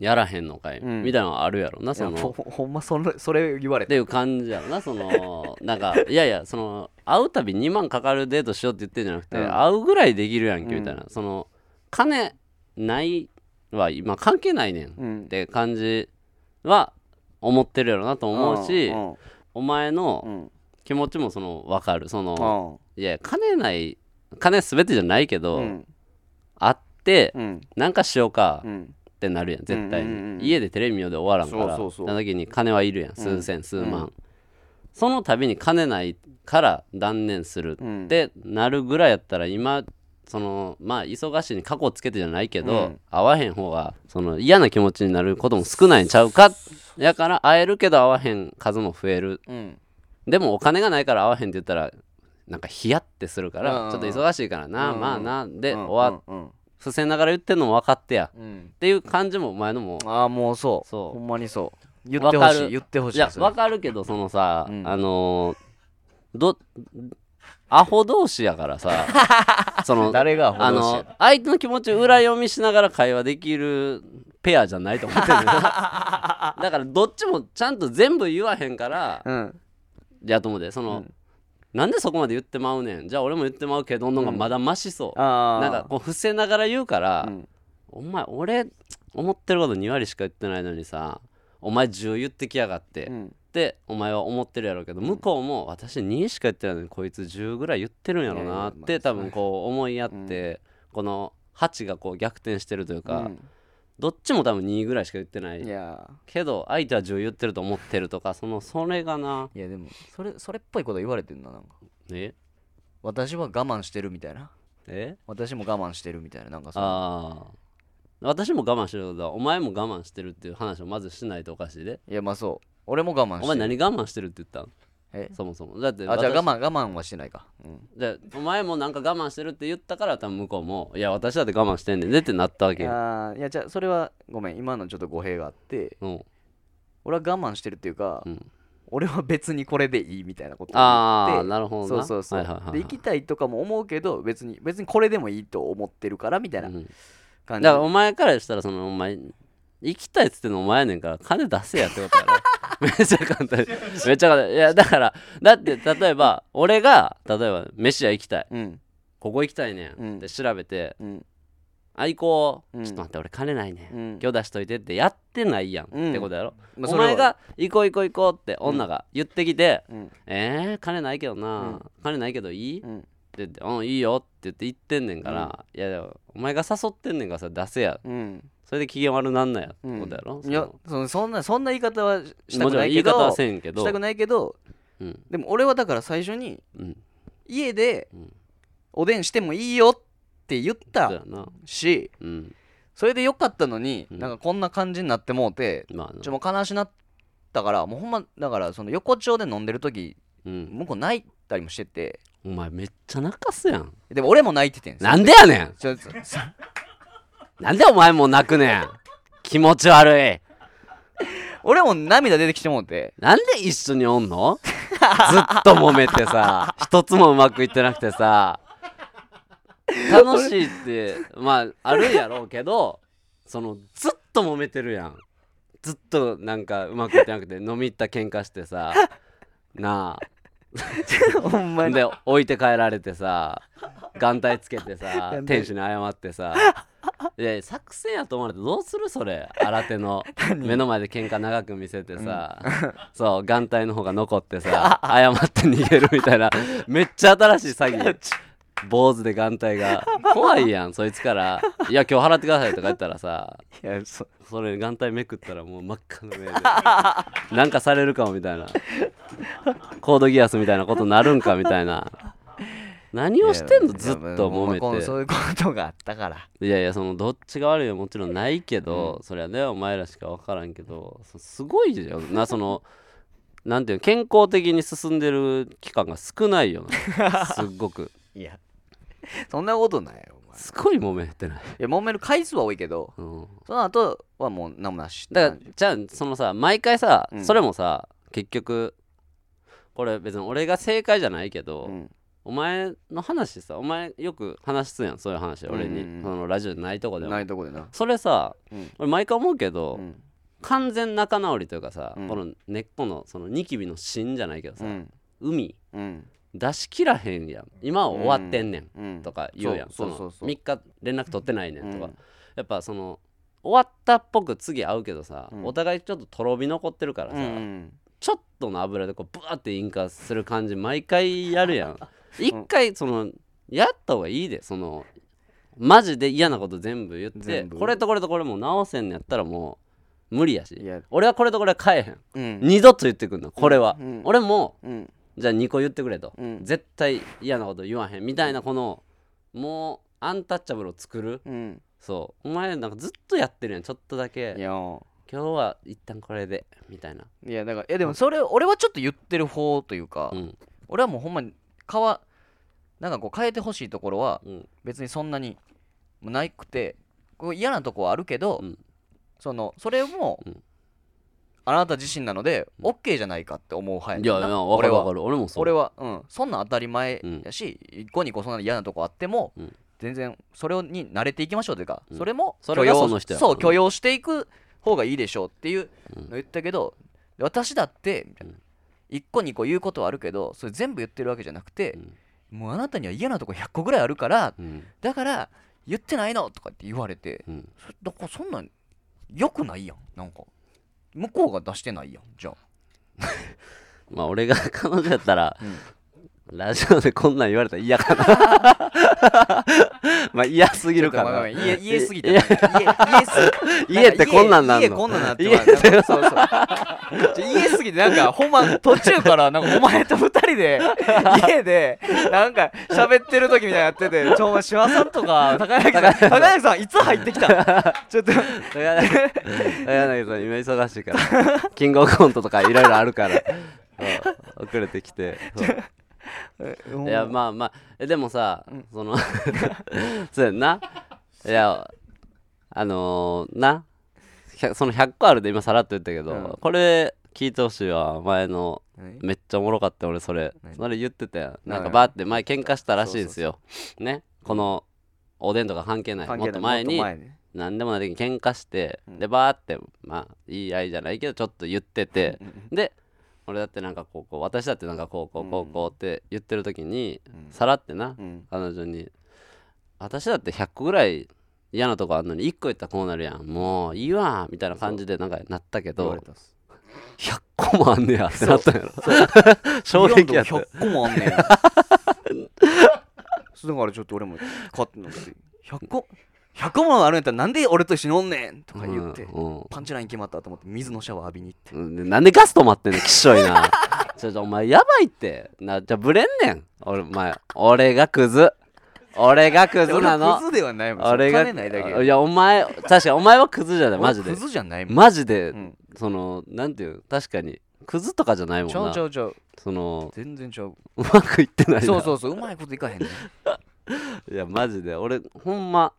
やらへんのかい、うんみたいなのあるやろないやそほのほほんまそれそれ言われってていう感じやろなそのなんかいやいやその会うたび2万かかるデートしようって言ってんじゃなくて、うん会うぐらいできるやんけうんみたいな、その金ないは今関係ないねんっうんて感じは思ってるやろなと思うし、うんお前のうん気持ちもその分かるその、うんいや金ない金全てじゃないけど、うん会ってうんなんかしようかうんってなるやん絶対に、うんうんうんうん家でテレビ見ようで終わらんからそうそうそうな時に金はいるやん数千、数万、その度に金ないから断念するうんってなるぐらいやったら今そのまあ忙しいに過去つけてじゃないけど、うん会わへん方がその嫌な気持ちになることも少ないんちゃうかやから会えるけど会わへん数も増えるうんでもお金がないから会わへんって言ったらなんかヒヤってするかうんうんらちょっと忙しいからなうんうんまあなでうん終わうん伏せながら言ってんのも分かってやっうんていう感じもお前のもああもうそうそうほんまにそう言ってほわかしいる言ってほしいいやそれ分かるけどそのさうんあのーどアホ同士やか らさその誰があほどしの相手の気持ちを裏読みしながら会話できるペアじゃないと思 ってるだからどっちもちゃんと全部言わへんからうんやと思うでそうの、んなんでそこまで言ってまうねんじゃあ俺も言ってまうけどの方がまだマシそう、ああなんかこう伏せながら言うから、うんお前俺思ってること2割しか言ってないのにさお前10言ってきやがって、うっんてお前は思ってるやろうけど向こうも私2しか言ってないのにこいつ10ぐらい言ってるんやろなっいやいてやまあ多分こう思いやって、この8がこう逆転してるというか、うんどっちも多分2ぐらいしか言ってないいやけど相手は10言ってると思ってるとかそのそれがないやでもそれそれっぽいこと言われてんななんかえ私は我慢してるみたいなえ私も我慢してるみたいななんかさああ私も我慢してることはお前も我慢してるっていう話をまずしないとおかしいでいやまあそう俺も我慢してるお前何我慢してるって言ったんえそもそもだってあじゃあ私我慢我慢はしてないかうんじゃあお前もなんか我慢してるって言ったから多分向こうもいや私だって我慢してんねんでってなったわけよあーいやじゃあそれはごめん今のちょっと語弊があってうん俺は我慢してるっていうか、うん俺は別にこれでいいみたいなことをあ言あってなるほどそなうそうそう、はいはいはいはい、で行きたいとかも思うけど別に別にこれでもいいと思ってるからみたいなうん感じだからお前からしたらそのお前行きたいっつってんのお前やねんから金出せやってことやろ めっちゃ簡単にめっちゃ簡単にいやだからだって例えば俺が例えば飯屋行きたいうんここ行きたいねうんんって調べてうんあ行こう、うんちょっと待って俺金ないね、うんん今日出しといてってやってないやん、うんってことやろ、まあおそれは前が行こう行こう行こうって女が言ってきて、うんえー、金ないけどな、うん金ないけどいい、うっんて言ってうんいいよって言って言ってんねんから、いやでもお前が誘ってんねんからさ出せやうんそれで機嫌悪なんなやってうんことやろ、いやそのそのそんなそんな言い方はししたもくちろなんい言けい方どはせんけどしたくないけどうんでも俺はだから最初にうん家でうんおでんしてもいいよって言っそうやたなしうんそれでよかったのに、うんなんかこんな感じになってもうてまあなちょもう悲しなったからもうほんまだからその横丁で飲んでる時うん、向こう泣いたりもしててお前めっちゃ泣かすやんでも俺も泣いててんすよなんでやねんちょちょさなんでお前も泣くねん気持ち悪い俺も涙出てきてもう てなんで一緒におんのずっと揉めてさ一つもうまくいってなくてさ楽しいってまああるんやろうけどそのずっと揉めてるやんずっとなんかうまくいってなくて飲み行った喧嘩してさなほんまあにで置いて帰られてさ眼帯つけてさ眼帯店主に謝ってさいや作戦やと思われてどうするそれ新 手の目の前で喧嘩長く見せてさ、 そう眼帯の方が残ってさ謝って逃げるみたいなめっちゃ新しい詐欺坊主で眼帯が怖いやんそいつから「いや今日払ってください」とか言ったらさいやそそれ眼帯めくったらもう真っ赤の目でなんかされるかもみたいなコードギアスみたいなことなるんかみたいな何をしてんのいやずっと揉めいやもうそうていうことがあったからいやいやそのどっちが悪いはもちろんないけど、そりゃねお前らしか分からんけどそすごいよなそのなんていうの健康的に進んでる期間が少ないよ なすっごくいやそんなことないよお前いすごい揉めてない、や揉める回数は多いけどうん、その後はもう何もなしってだ感からじじゃあそのさ毎回さ、うんそれもさ結局これ別に俺が正解じゃないけど、うんお前の話さお前よく話すやんそういう話俺に、うんうんうんそのラジオでないとこでもないとこでな、それさ、うん俺毎回思うけど、うん完全仲直りというかさ、うんこの根っこのそのニキビの芯じゃないけどさ、うん海うん出し切らへんやん今は終わってんねん、うん、とか言うやん、そうそうそうそう3日連絡取ってないねんとか、うんやっぱその終わったっぽく次会うけどさ、うんお互いちょっととろび残ってるからさ、うんうんちょっとの油でこうブワーって引火する感じ毎回やるやん一回そのやった方がいいでそのマジで嫌なこと全部言って全部これとこれとこれもう直せんのやったらもう無理やしいや俺はこれとこれは変えへんうん二度と言ってくんのこれは、うん俺もうんじゃあ2個言ってくれと、うん絶対嫌なこと言わへんみたいなこのもうアンタッチャブルを作るうんそうお前なんかずっとやってるやんちょっとだいけや今日は一旦これでみたいないやだからいやでもそれ俺はちょっと言ってる方というか、うん俺はもうほんまに変なんかこう変えてほしいところはうん別にそんなにないくてこう嫌なとこはあるけど、うんそのそれも、うんあなた自身なので、うん OK じゃないかって思う派いやいねんやな分かる分俺かはる俺もそう俺は、うん、そんなん当たり前やし、一個に個そんな嫌なとこあっても、うん全然それに慣れていきましょうというか、うんそれもそれがその人やそううん許容していく方がいいでしょうっていううんの言ったけど、私だってみたいなうん一個二個言うことはあるけどそれ全部言ってるわけじゃなくてう、んもうあなたには嫌なとこ100個ぐらいあるからうんだから言ってないのとかって言われてうんそだからそんなん良くないやんなんか向こうが出してないやんじゃあまあ俺が彼女やったら、ラジオでこんなん言われたら嫌かな まあ嫌すぎるかちょっとらごめんご めん家家すぎてい家や家 すぎ家ってこんなんなんの家家こんなんなってまうなんかそうそうちょ家すぎてなんかほんま途中からなんかお前と二人 で家でなんか喋ってる時みたいなのやっててちょお前志さんとか高柳さん高柳さんいつ入ってきたちょっと高柳高柳さん今忙しいからキングオブコントとかいろいろある からそう遅れてきてそういやまあまあえでもさ、その そうやんないやあのーなひゃその100個あるで今さらっと言ったけど、うんこれ聞いてほしいわ前の何めっちゃおもろかった俺それ何それ言ってたやん何なんかバーって前喧嘩したらしいんですよねこのおでんとか関係ない関もっ係とない前にもっとね何でもない時に喧嘩してうんでバーってまあいい愛じゃないけどちょっと言っててで俺だってなんかこうこう私だってなんかこうこうこうこうって言ってる時にうんさらってなうん彼女に私だって100個ぐらい嫌なとこあんのに1個言ったらこうなるやんもういいわみたいな感じでなんかなったけ言わどれたっす100個もあんねやってなったんやろ衝理論撃でやっもたよ100個もあ んねんだからちょっと俺も勝ってなくて100個100個もあるんやったらなんで俺と一緒におんねんとか言って、うんうんパンチライン決まったと思って水のシャワー浴びに行ってうんでなんでガス止まってんのきっしょいな ちょちょお前やばいってなじゃあブレんねん俺お前俺がクズ俺がクズな俺のクズではないもん俺そがの金ないだけいやお前確かにお前はクズじゃない俺マジでクズじゃないもんマジで、うんそのなんていう確かにクズとかじゃないもんちゃうなちゃうちゃうその全然ちゃううまくいってないなそうそうそううまいこといかへんねいやマジで俺ほんま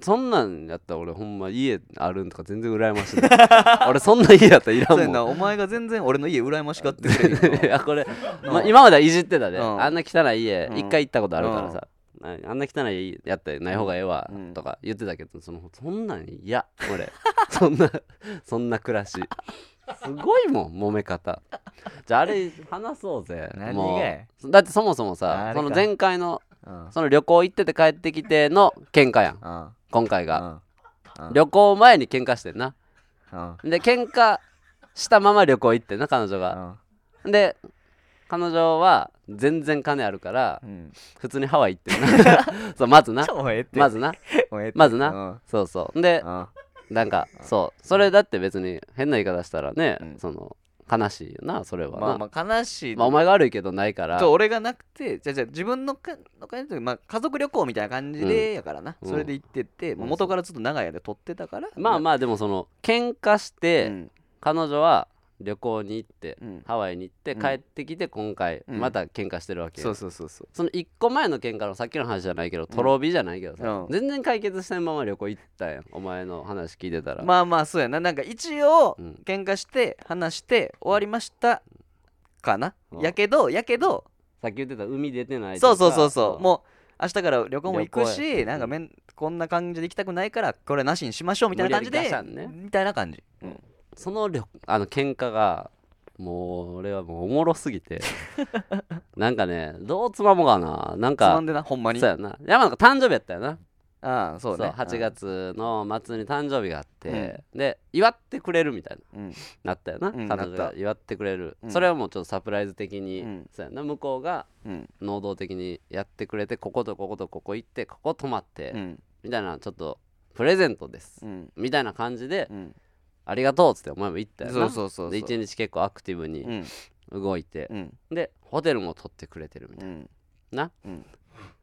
そんなんやったら俺ほんま家あるんとか全然羨ましい な俺そんな家やったらいらそうやんんもなんお前が全然俺の家羨ましがってくれへ んのいやこれ、まあ、うん今まではいじってたで、うんあんな汚い家うん一回行ったことあるからさ、あんな汚い家やったらない方がええわうんとか言ってたけどそのそんなん嫌俺 そんなそんな暮らしすごいもん揉め方じゃああれ話そうぜ何もがやうだってそもそもあされそかの前回のうんその旅行行ってて帰ってきての喧嘩やんうん今回うが、んうん旅行前に喧嘩してんなうんで喧嘩したまま旅行行ってんな彼女が、で彼女は全然金あるからうん普通にハワイ行ってん なそうまずなちょもうええってまずなもうええってまずなうんそうそうでうんなんかそうそれだって別に変な言い方したらね、うんその悲しいよなそれはな、まあままあ悲しいあお前が悪いけどないからと俺がなくてじゃあじゃあ自分のかの感じというかまあ、家族旅行みたいな感じでやからな、うんそれで行ってって、まあうん元からちょっと長い間撮ってたからまあまあでもその喧嘩して、うん彼女は旅行に行って、うんハワイに行ってうん帰ってきて今回うんまた喧嘩してるわけよ、そうそうそうそうその1個前の喧嘩のさっきの話じゃないけどとろ火じゃないけどさ、うん全然解決したまま旅行行ったやんお前の話聞いてたら、まあまあそうやななんか一応うん喧嘩して話して終わりましたかなうんやけどやけどさっき言ってた海出てないとそうかそうそうそううもう明日から旅行も行く旅行しやなんかめんこんな感じで行きたくないからこれなしにしましょうみたいな感じで無理やりガシャンみたいな感じその旅あの喧嘩がもう俺はもうおもろす ぎてなんかねどうつまもうかななんつまかんでなほんまにそうやな山なんか誕生日やったよなああそうね8月の末に誕生日があって、で祝ってくれるみたいうんうんななったよな、うん彼女なっがた祝ってくれる、うんそれはもうちょっとサプライズ的に、うんそうやな向こうがうん能動的にやってくれてこことこことここ行ってここ泊まって、うんみたいなちょっとプレゼントです、うんみたいな感じで、うんありがとうっつってお前も行ったよなそうそうそうそうで一日結構アクティブうにん動いてう、んでホテルも取ってくれてるみたういんな、うん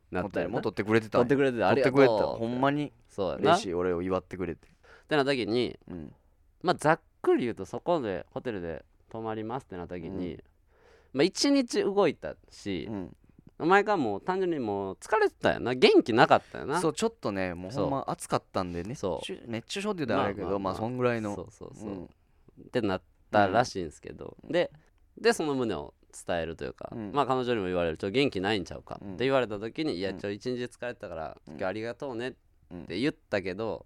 なもっったたよよもなう取ってくれてた取ってれくれてあ取りってがとうくれてたほんまにそうやな嬉っしい俺を祝ってくれててな時にうんまあ、ざっくり言うとそこでホテルで泊まりますってなった時に、まあ、1日動いたしう、んお前がもう単純にもう疲れてたよな元気なかったよなそうちょっとねもうそうほんま暑かったんで熱そう中熱中症って言うたらあれやけまあまどあままああそんぐらいのそうそうそう、うんってなったらしいんですけど、ででその旨を伝えるというか、うんまあ彼女にも言われるちょ元気ないんちゃうかうんって言われた時に「いやうんちょ一日疲れてたからうん今日ありがとうね」っうんて言ったけど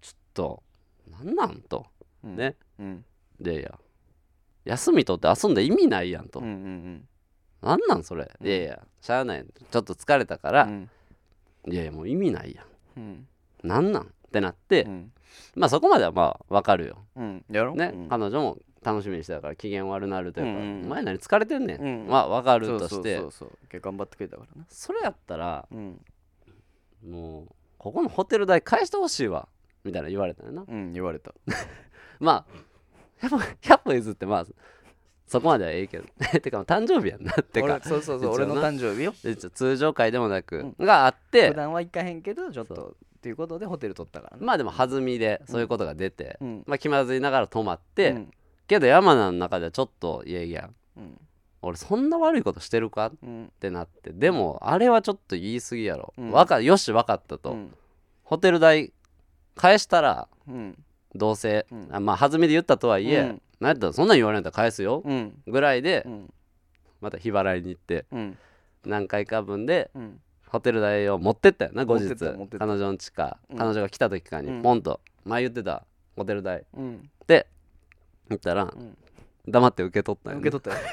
ちょっとなんなんとうんねうんでいや休み取って遊んで意味ないやんとうんう、んなんなんそれ、うんいやいやしゃあないちょっと疲れたかうら、んいやいやもう意味ないやうんんなんなんってなって、うんまあそこまではまあわかるようんやろね、うん彼女も楽しみにしてたから機嫌悪なるというか、うんうんうんお前何疲れてんねん、うんまあわかるそうとそしうてそうそう結構頑張ってくれたからなそれやったらうんもうここのホテル代返してほしいわみたいな言われたよなうん言われたまあ100歩100歩譲ってまあそこまではええけど てか誕生日やんなってか俺そうそうそう一応俺なの誕生日よでちょ通常会でもなく、があって普段は行かへんけどちょっそとっていうことでホテル取ったからなまあでも弾みでそういうことが出て、うんまあ気まずいながら泊まって、うんけど山名の中ではちょっといやいやうん俺そんな悪いことしてるかっうんてなってでもあれはちょっと言い過ぎやろ、うんわかよし分かったと、うんホテル代返したらうんどうせ、うんあまあ弾みで言ったとはいえ、うんなんやったらそんなん言われんやったら返すよ、うんぐらいでうんまた日払いに行ってうん何回か分でうんホテル代を持ってったよな後持って日った持ってった彼女の地下、うん彼女が来た時かうにんポンと、前言ってたホテル代うんで言ったら、ん黙って受け取ったよ、ね、受け取ったよ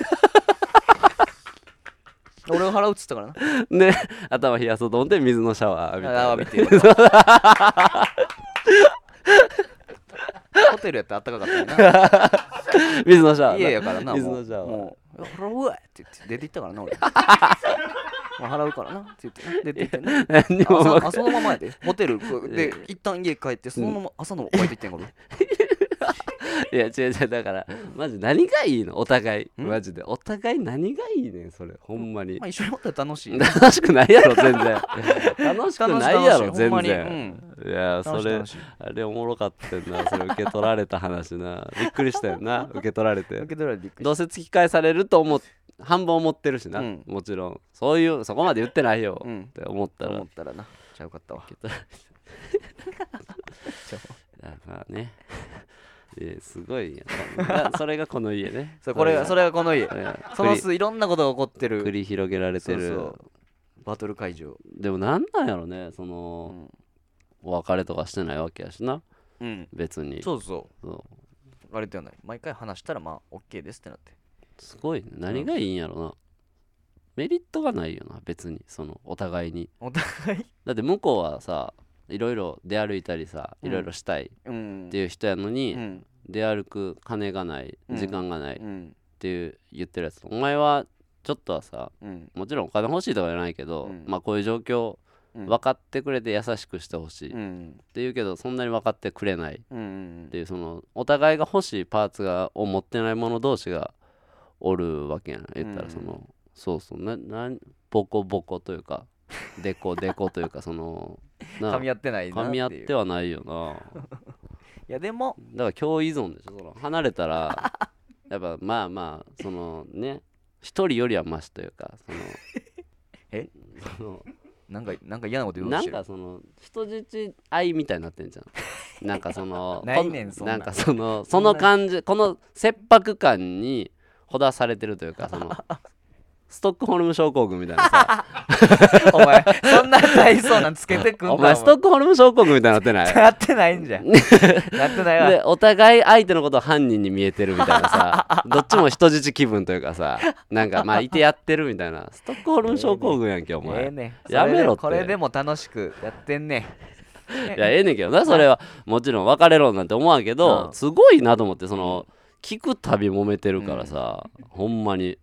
俺を払うっつったからな ね頭冷やそうと思って水のシャワー浴びたあよあね見てよ ホテルやったらあったかかったよな水のシャ ワーな家やからな水ものうシャワーもう払うわって言って出て行ったからな 俺もう払うからなって言ってな出て行ってな 何にもうま朝く朝のままやでホテルこうで一旦家帰ってそのまま朝のバイト行ってんから俺 いや違う違うだからマジ何がいいのお互いんマジでお互い何がいいねんそれほんまにまあ一緒におったら楽しい楽しくないやろ全 然楽しくないやろ楽しい楽しい全ほんまに然いやそ楽しいれ楽しいあれおもろかったよなそれ受け取られた話なびっくりしたよな 受け取られて受け取られてびっくりどうせ突き返されると思っ半分思ってるしな、うんもちろんそういうそこまで言ってないよ、うんって思ったら思ったらなちゃうかったわ けどだから ねいやすごいよなそれがこの家ねそうこれがそれがこの家れがその繰すいろんなことが起こってり繰るり広げられてるそうそうバトル会場でもなんなんやろねそうんの、お別れとかしてないわけやしなうん別にそうそそううあれではない毎回話したらまあ OK ですってなってすごいね何がいいんやろなメリットがないよな別にそのお互いにお互いだって向こうはさいろいろ出歩いたりさいろいろしたいっうんていう人やのに、うん出歩く金がないうん時間がないっうんていう言ってるやつお前はちょっとはさうんもちろんお金欲しいとかじゃないけど、うんまあこういう状況うん分かってくれて優しくしてほしいっうんていうけどそんなに分かってくれないっうんうんていうそのお互いが欲しいパーツがを持ってない者同士がおるわけやん言ったうらんその、そうそうななんボコボコというかデコ デコというかそのな噛み合ってないな噛ってみ合っいうてはないよないやでもだから共依存でしょその離れ たらやっぱまあまあそのね一人よりはマシというかその えそのなんかなんか嫌なこと言おうとなしんてるかその人質愛みたいになってん じゃんなんかそのないねんこそんなんなんかそのその感じこの切迫感にほだされてるというかそ のストックホルム症候群みたいなさ お前そんな大層なんつけてくんだお前ストックホルム症候群みたいになってないなって ないんじゃ んなってないわでお互い相手のことを犯人に見えてるみたい なさどっちも人質気分というかさなんかまあいてやってるみたいなストックホルム症候群やんけお前、ええねんやめろってそれでこれでも楽しくやってんねいやええねんけどなそれはもちろん別れろなんて思わんけど、うんすごいなと思ってその聞くたび揉めてるからさ、ほんまに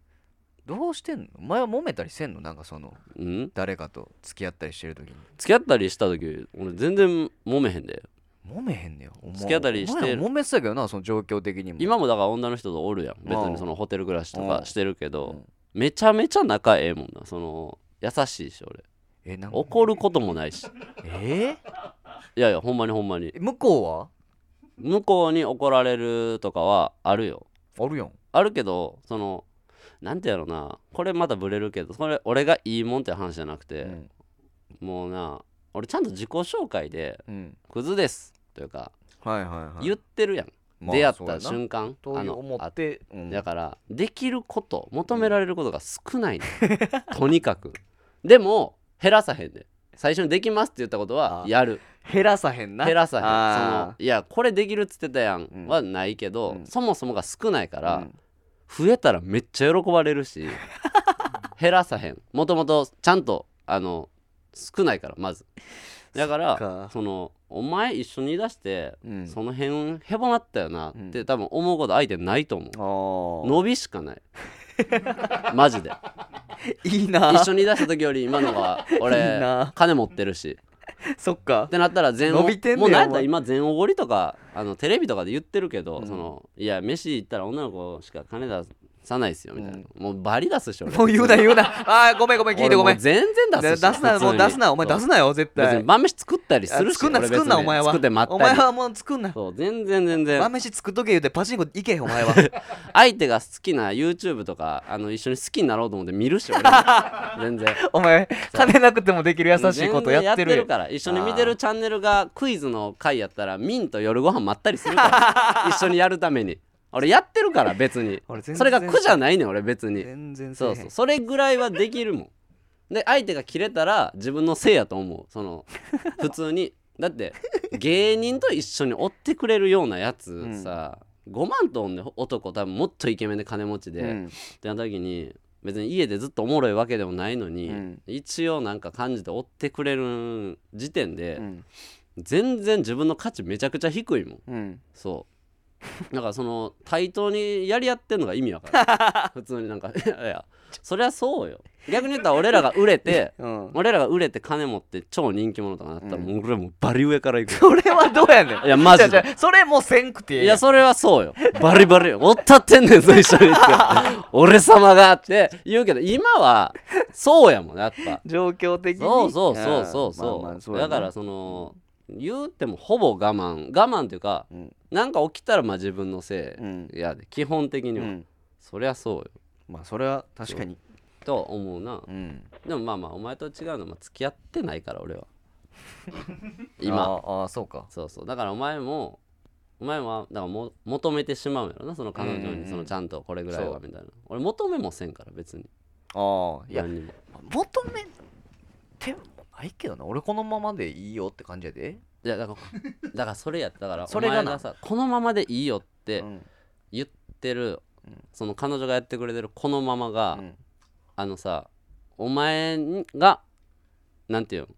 どうしてんのお前は揉めたりせんのなんかそのうん誰かと付き合ったりしてる時に付き合ったりした時俺全然揉めへんで揉めへんねよお前付き合ったりしてお前ら揉めてたけどなその状況的にも今もだから女の人とおるやん別にそのホテル暮らしとうかんしてるけうどんめちゃめちゃ仲ええもんなその優しいし俺えなんか怒ることもないしえいやいやほんまにほんまにー向こ向こうに怒られるとかはあるようはあるやんあるけどそのなんてやろなこれまたブレるけどそれ俺がいいもんって話じゃなくて、うんもうな俺ちゃんと自己紹介でうん「クズです」というかはいはいはい言ってるやん、まあ出会っそうやたな瞬間という思あってうんだからできること求められることが少ない、ねとにかくでも減らさへんで最初に「できます」って言ったことはあやる減らさへんな減らさへんそのあいやこれできるっつってたやうんんはないけど、うんそもそもが少ないかーら、うん増えたらめっちゃ喜ばれる し減らさへんもともとちゃんとあの少ないからまずだからそっかそのお前一緒に出して、うんその辺へぼなったよなって、うん多分思うこと相手ないと思うあー伸びしかないマ ジでいいな一緒に出した時より今のがいい俺な金持ってるしそっかってなったら全お伸びてんねんもうなんやったおら前今全おごりとかあのテレビとかで言ってるけど、うんそのいや飯行ったら女の子しか金出さないですよみたいな、もうバリ出すでしょ俺もう言うな言う なあーごめんごめん聞いてごめん俺もう全然出出すしすなもう出すなお前出すなよ絶別対に晩飯作ったりするし作んな俺作んな別にお前は作ってまおった前りはもう作んなそう全然全然晩飯作っとけ言うてパチンコ行けへんお 前は相手が好きな YouTube とかあの一緒に好きになろうと思って見るし俺 全然お前金なくてもできる優しいことやってる全然やよから一緒に見てるチャンネルがクイズの回やったらミンと夜ご飯待ったりす るから一緒にやるために俺やってるから別に俺全然それが苦じゃないねん俺別に全然せえへそうんそうそれぐらいはできるもんで相手が切れたら自分のせいやと思うその普通にだって芸人と一緒に追ってくれるようなやつさ、5万とおんねん男多分もっとイケメンで金持ちで、うんってなった時に別に家でずっとおもろいわけでもないのに、うん一応なんか感じて追ってくれる時点でう、ん全然自分の価値めちゃくちゃ低いもんうんそうだからその対等にやり合ってんのが意味 わからん普通になんかいやいやそりゃそうよ逆に言ったら俺らが売れてうん俺らが売れて金持って超人気者とかなったら、うんもう俺もうバリ上から行くそれはどうやねんいやマジでじゃあじゃあそれもうせんくてええいやそれはそうよバリバリよおったってんねんぞ一緒にって俺様がって言うけど今はそうやもんやっぱ状況的にそうそうそうそうあーまあまそあうやだなからその言うてもほぼ我慢我慢っていうかうんなんか起きたらまあ自分のせうんいやで基本的にうは、んそりゃそうよまあそれは確かにとは思うなうんでもまあまあお前と違うのはまあ付き合ってないか ら俺はあ今ーあーそうかそうそうだからお前もお前はだからも求めてしまうんやろなその彼女うんうんうにんそのちゃんとこれぐらいそはうみたいな俺求めもせんから別にああいや何にも求めてもないけどな俺このままでいいよって感じやで、いやだからだからそれやだからそれがなお前がさこのままでいいよってうん言ってるうんその彼女がやってくれてるこのままが、うんあのさお前がなんていうの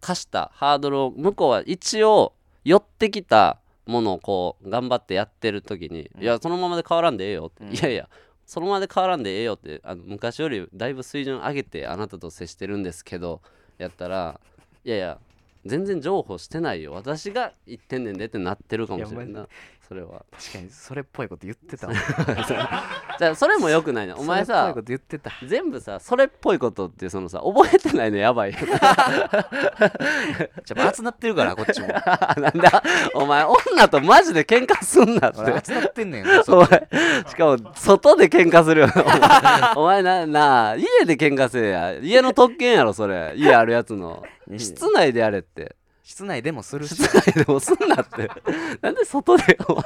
課したハードルを向こうは一応寄ってきたものをこう頑張ってやってる時に「うんいやそのままで変わらんでええよ」って「うんいやいやそのままで変わらんでええよ」ってあの昔よりだいぶ水準上げてあなたと接してるんですけどやっ たら「いやいや全然譲歩してないよ私が言ってんねんで」ってなってるかもしれんいやなそれは確かにそれっぽいこと言ってたわじゃあそれもよくな いなお前それさっぽいこと言ってた全部さそれっぽいことってそのさ覚えてないのやばいよじゃあ熱なってる からこっちもなん だお前女とマジで喧嘩すんなって俺熱なってんねんそお前しかも外で喧嘩するよなお前お前ななあ家で喧嘩せえや家の特権やろそれ家あるやつのうん室内でやれって室内でもするし室内 でもすんなってなんで外でお前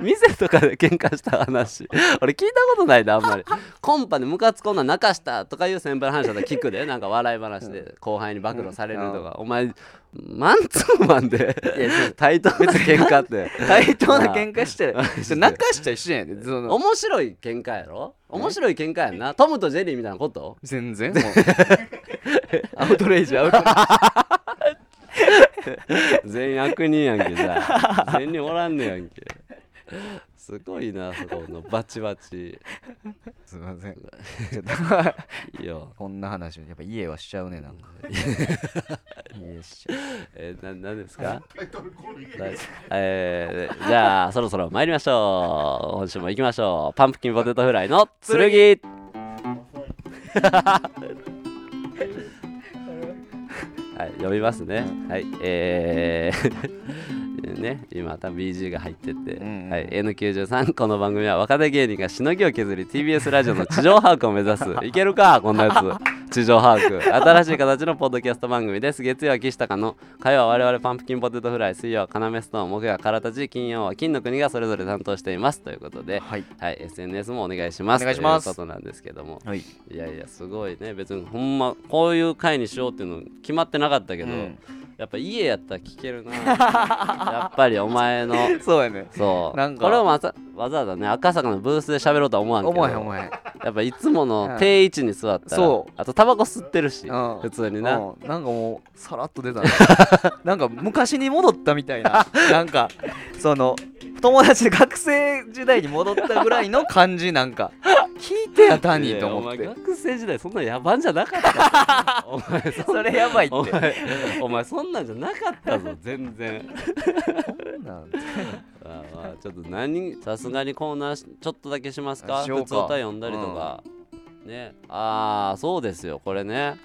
店とかで喧嘩した話俺聞いたことないなあんまりコンパでムカつこんなん泣かしたとかいう先輩の話だったら聞くでなんか笑い話で後輩に暴露されるとか、お前マンツーマンで対等な喧嘩って対等な喧嘩 してるマジでそれ泣かしちゃ一緒やねんその面白い喧嘩やろ面白い喧嘩やんなトムとジェリーみたいなこと全然 もうアウトレイジアウトレイジ全員悪人やんけじゃ あ全員おらんねやんけすごいなそこのバチバチすいませんちょっといいよこんな話やっぱ家はしちゃうねなんか家しちゃうえー、ななんですかはいえー、じゃあそろそろ参りましょう今週も行きましょうパンプキンポテトフライの剣はい読みますねはいえー ね、今多分 BG が入ってて、んうんはい、N93 この番組は若手芸人がしのぎを削り TBS ラジオの地上把握を目 指すいけるかこんなやつ地上把握新しい形のポッドキャスト番組です月曜は岸高の火曜は我々パンプキンポテトフライ水曜は要ストーン木曜は空たち金曜は金の国がそれぞれ担当していますということで、はいはい、SNS もお願いしますお願いしますということなんですけどもはいいやいやすごいね別にほんまこういう回にしようっていうの決まってなかったけうど、んやっぱ家やったら聞けるなやっぱりお前のそうやねそうなんかこれをわざわざわざね赤坂のブースで喋ろうとは思わんけど思えへん思えへんやっぱいつもの定位置に座ったら、そうあとタバコ吸ってるし、うん普通にな、うんなんかもうさらっと出た ななんか昔に戻ったみたいななんかその友達で学生時代に戻ったぐらいの感じなんか聞いてやタいニやーいやと思っおて前学生時代そんな野蛮じゃなかったお前そんそれやばいってお前お前そんなんじゃなかった ぞ全然なんああまあちょっと何さすがにコーナーしちょっとだけしますかしよう普か通歌読んだりとか、ねああそうですよこれね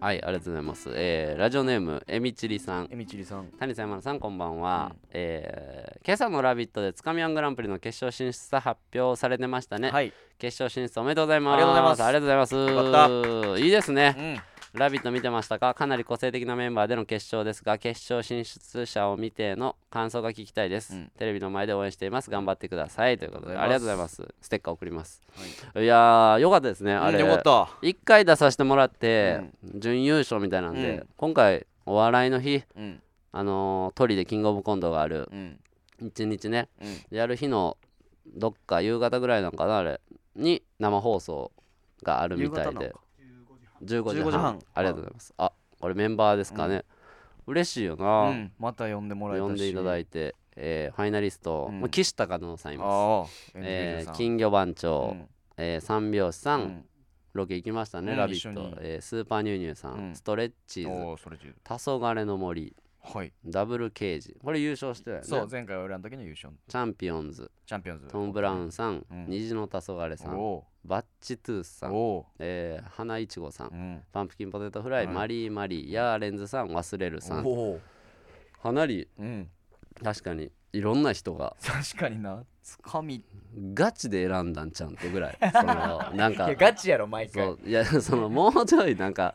はいありがとうございます、えーラジオネームえみちりさんえみちりさん谷さん山田さんこんばんは、うんえー今朝の「ラビット!」でつかみ −1 グランプリの決勝進出発表されてましたね、はい決勝進出おめでとうございますありがとうございますありがとうございますいいですねうんラビット見てましたかかなり個性的なメンバーでの決勝ですが決勝進出者を見ての感想が聞きたいです、うんテレビの前で応援しています頑張ってくださいということであありりががととううごござざいいますステッカー送ります、い、やーよかったですねあれ、うんよかっ1回出させてもらって、準優勝みたいなんで、うん今回お笑いの日たうんあのー、トリでキングオブコントがあるうん一日ねうんやる日のどっか夕方ぐらいなんかなあれに生放送があるみたい夕方なんでか15時半15時半ありがとうございますあこれメンバーですかね、嬉しいよな、うんまた呼んでもらえたし呼んでいただいて、えーファイナリスト、うんもう岸隆乃さんいます、ああえー、ン金魚番長、えー三拍子さん、ロケ行きましたねう「んラビ一緒ッにト!」えースーパーニューニューさん、うんストレッチーズおおそれ十黄昏の森はいダブルケージこれ優勝してたよねそう前回俺らの時の優勝チャンピオンズチャンピオンズトム・ブラウンさん、うん虹の黄昏さんおバッチトゥースーさん、おえー花いちごさん、ーうんパンプキンポテトフライ、はいマリーマリーヤーレンズさん忘れるさんおーかなりうん確かにいろんな人が確かになつかみガチで選んだんちゃうんってぐ らいそのなんかチやろ毎そういやそのもうちょいなんか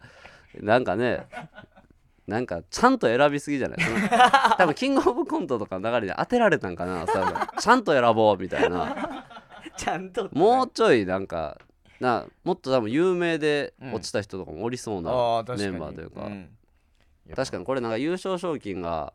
なんかねなんかちゃんと選びすぎじゃないその多分キングオブコントとかの流れで当てられたんかな多分ちゃんと選ぼうみたいな。ちゃんともうちょいなんかなもっと多分有名で落ちた人とかもおりそうなあー確かメにンバーというか,、ん確かにこれなんか優勝賞金が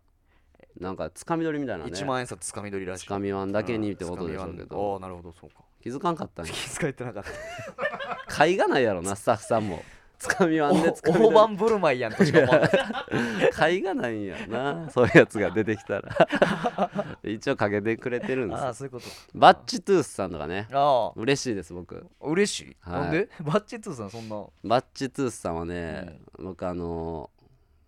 なんかつかみ取りみたいなね1万円札つかみ取りらしいつかみワンだけにってことでしょうけど、ああなるほどそうか気づかんかったんや気遣えてなかった買いがないやろなスタッフさんもつかみワンでつかみ大取盤振る舞いやんとしか思わなかっり買いがないんやなそういうやつが出てき たら一応かけてくれてるんでたああすそういうことバッチトゥースさんとかねあ嬉しいです僕あ嬉しいはいなんでバッチツーさんそんなバッチトゥースさんはね、僕あの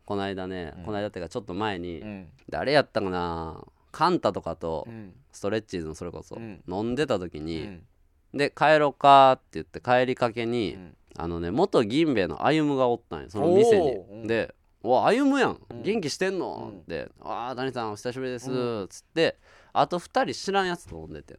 この間ね、うんこの間っていうかちょっと前に、ん誰やったかなカンタとかとうんストレッチーズのそれこそ、うん飲んでた時うに、んで帰ろうかって言って帰りかけうに、んあのね元銀兵衛の歩夢がおったんよその店におーうんで「うわ歩夢やんうん元気してんのうんって「ああ谷さんお久しぶりです」うつってあと2人知らんやつと飲んでて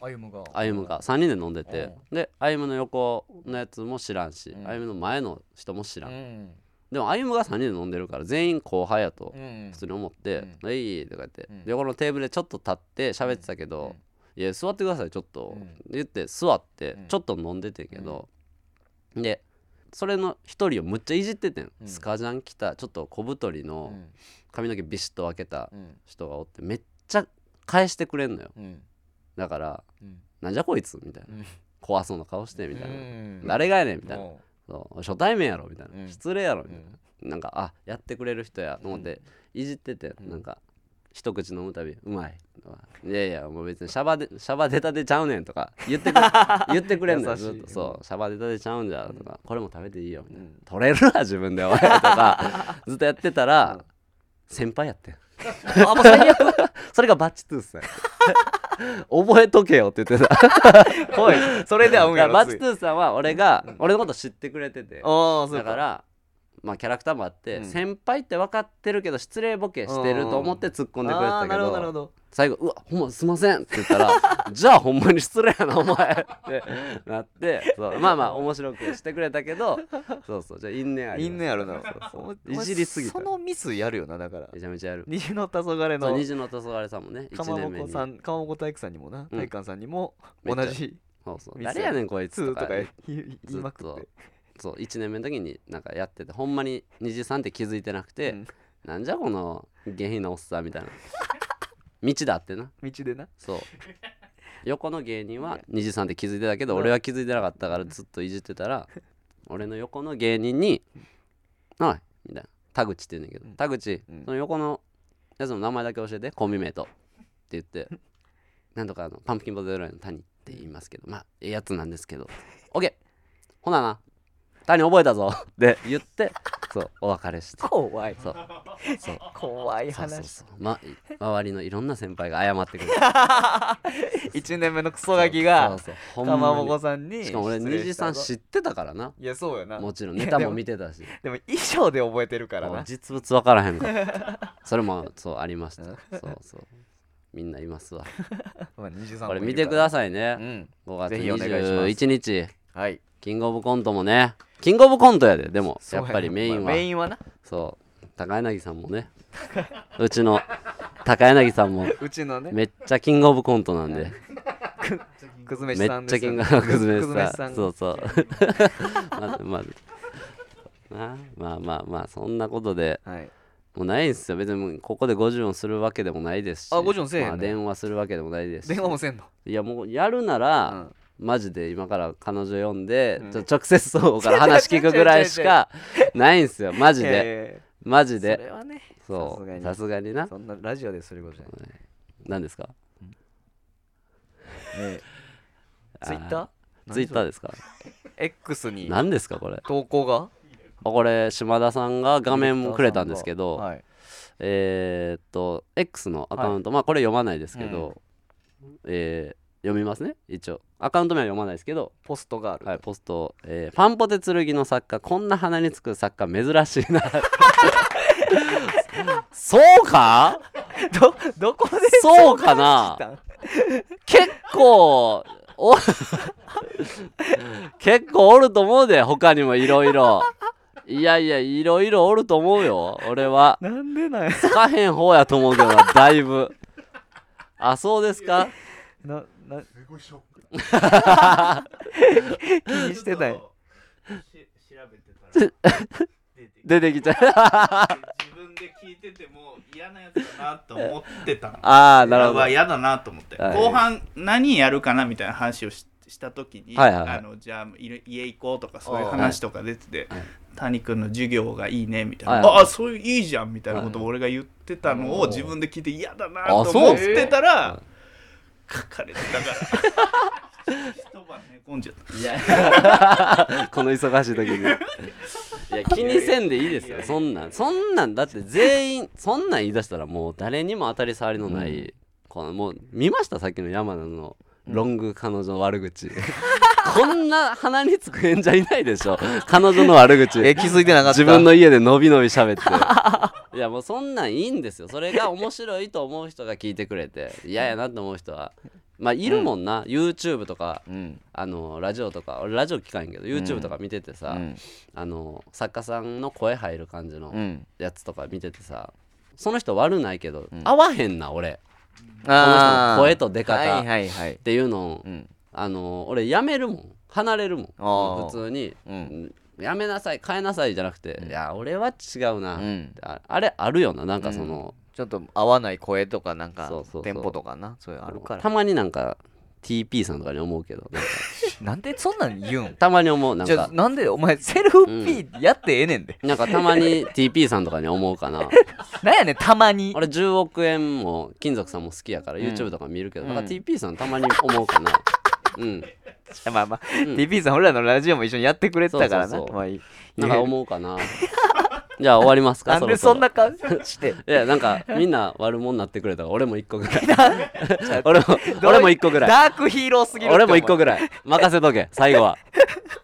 歩むが歩夢が3人で飲んでてで歩夢の横のやつも知らんしうん歩夢の前の人も知らうんんでも歩が3人で飲んでるから全員後輩やとうん普通に思って「えい」とか言って、うんでこのテーブルでちょっと立って喋ってたけど、いや座ってくださいちょっと、うん言って座ってうんちょっと飲んでてんけど、でそれの一人をむっちゃいじっててん、うんスカジャン着たちょっと小太りうのん髪の毛ビシッと分けたうん人がおってめっちゃ返してくれんのようんだからうん「なんじゃこいつ」みたいなうん怖そうな顔してみたいな、うん誰がやねんみたいな、もそう初対面やろみたいな、うん失礼やろみうたいな、んなんかあやってくれる人やと思っていじってて、うんなんか一口飲むたび「うまい」とか「いやいやもう別にシャバでシャバ出たでちゃうねん」とか言ってく れ言ってくれんのよ優しずいっとそう「シャバ出たでちゃうんじゃ」とか、これも食べていいよ」みたいなうん「取れるな自分でおい」と かずっとやってたら、先輩やってんあもう最悪 それがバッチトゥ ースさんやって覚えとけよって言ってたおいそれではうんやだからろバッついチトゥースさんは俺が、俺のこと知ってくれててああそうだかからまあキャラクターもあって、うん先輩って分かってるけど失礼ボケしてると思って突っ込んでくれてあたあけなるどほどなるほど最後「うわほんますいません」って言っ たら「じゃあほんまに失礼やなお前」ってな ってそうまあまあ面白くしてくれたけどそうそうじゃあ因縁ありいんねやろなういじりすぎたそのミスやるよなだからめちゃめちゃやる虹の黄昏そうの虹の黄昏さんもねか1ま年ぼ目こにさんかまぼこ体育さんにもな体育館さんにもめ同っちゃじそうそうミス誰やねんこ「いツつー」ととかか言いず言いっまくっとてそう1年目の時になんかやっててほんまに虹さんって気づいてなくて、うんなんじゃこの下品なおっさんみたいな道だってな道でなそう横の芸人は虹さんって気づいてたけど俺は気づいてなかったからずっといじってたら俺の横の芸人に「おい」みたいな田口って言うねんだけど「田口うんその横のやつの名前だけ教えてコンビ名と」って言って「なんとかあのパンプキンポテトフライの谷」って言いますけどまあええやつなんですけど「OK ほなな谷覚えたぞ」って言ってそうお別れして怖いそうそう怖いそうそう話 そう、ま、い周りのいろんな先輩が謝ってくれる1年目のクソガキがそうそうかほんままにぼこさんにしかも俺失礼虹したさんぞ知ってたからないやそうやなもちろんいやネタでもも見てたしでも衣装で覚えてるからもうな実物分からへんから それもそうありましたそうそうみんないますわまあ虹さんもいこれるから見てくださいうねん5月ぜひお願いします21日はいキングオブコントもねキングオブコントやででもやっぱりメインまあはメインはなそう高柳さんもねうちの高柳さんもうち のねめっちゃキングオブコントなんでくずめめっしさんでちゃすキよンねグ オブコンくトずでめすしさんそうそうまあまあまあまあまあまあそんなことではいもうないんすよ別にもうここで50音するわけでもないですしあ50音せえへんのまあ、電話するわけでもないですし電話もせんのいやもうやるなら、うんマジで今から彼女呼んで、うんちょ直接そうから話聞くぐらいし かないんすよマジで、えマジーそでれはねそさすがうにさすがになそんなラジオですることじゃない何ですかねツイッタ何そツイれッターですかー ?X に何ですかこれあ投稿がこれ島田さんが画面もくれたんですけど、はいえー、っと X のアカウント、まあこれ読まないですけど、えー読みますね一応アカウント名は読まないですけどポストがある。はい、ポスト、えーパンポテ剣の作家こんな鼻につく作家珍しいな そうかど、どこでそうかな知ったん結構お 結構おると思うで他にもいろいろいやいやいろいろおると思うよ俺はなんでなんやつかへん方やと思うけどなだいぶあそうですかな、な、すごいショック。 気にしてたんや。し調べてたら出出ててきてきちゃう自分で聞いてても嫌なやつだなと思ってたああなるほどは嫌だなと思って、はい後半何やるかなみたいな話をしした時に、はいはいはいあのじゃあいる家行こうとかそういう話とか出てて、はい谷君の授業がいいねみたいな、はいはいああそういういいじゃんみたいなことを俺が言ってたのを自分で聞いて嫌だなあとそう思っっすねてたら書かれてたから 一晩寝込んじゃった。いや この忙しい時にいや気にせんでいいですよそんなんそんなんだって全員そんなん言い出したらもう誰にも当たり障りのない、このもう見ましたさっきの山名のロング彼女の悪口、 こんな鼻につく演者いないでしょ彼女の悪口え、気づいてなかった。自分の家でのびのび喋って いやもうそんなんいいんですよそれが面白いと思う人が聞いてくれて嫌やなと思う人はまあいるもんな、YouTube とかうんあのラジオとか俺ラジオ聞かんけど YouTube とか見ててさ、うんあの作家さんの声入る感じのうんやつとか見ててさその人悪ないけど、合わへんな俺あー声と出方はいはいはいっていうのを、うんあの俺やめるもん離れるもんあー普通に、うんやめなさい変えなさいじゃなくて、いや俺は違うな、うんああれあるよななんかその、ちょっと合わない声とかなんかそうそうそうテンポとかなそういうのあるからたまになんか TP さんとかに思うけどなんかなんでそんなん言うんたまに思うなんじゃあかなんでお前セルフ P やってええねんで、なんかたまに TP さんとかに思うかななんやねんたまに俺10億円も金属さんも好きやから YouTube とか見るけど、だから TP さんたまに思うか なうんまあまあ、TP さん俺らのラジオも一緒にやってくれてたからなそうそうそうまあいいなんか思うかなじゃあ終わります かなんでそんな顔してろろいやなんかみんな悪者になってくれたから俺も1個ぐら い 俺も俺も1個ぐらいダークヒーローすぎる俺も1個ぐぐらい任せとけ最後は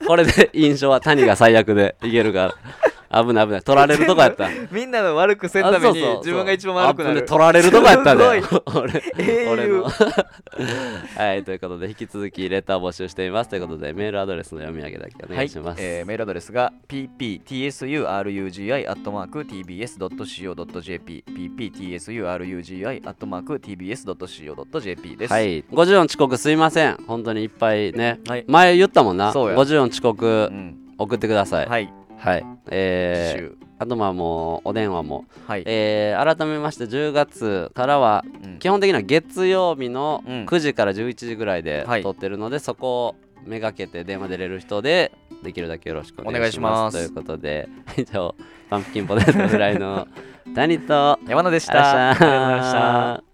これで印象は谷が最悪でいけるから危ない危ない取られるとこやったみんなの悪くせんために自分が一番悪くなあそうそうそうあぶるね取られるとこやった ねすご俺英雄俺の はいということで引き続きレター募集していますということでメールアドレスの読み上げだけおは願いいします、えーメールアドレスが pptsurugi.tbs.co.jp pptsurugi.tbs.co.jp です。はい、50音遅刻すいません本当にいっぱいね、はい前言ったもんなそうや50音遅刻うん送ってくださいはい、はい。えー週あとまあもうお電話も、はい。えー改めまして10月からはうん基本的には月曜日のうん9時から11時ぐらいではい撮ってるので、そこをめがけて電話出れる人でできるだけよろしくお願いしますお願いしますということで 以上パンプキンポテトフライの谷と 山野でした。ありがありがとうとうございまございました。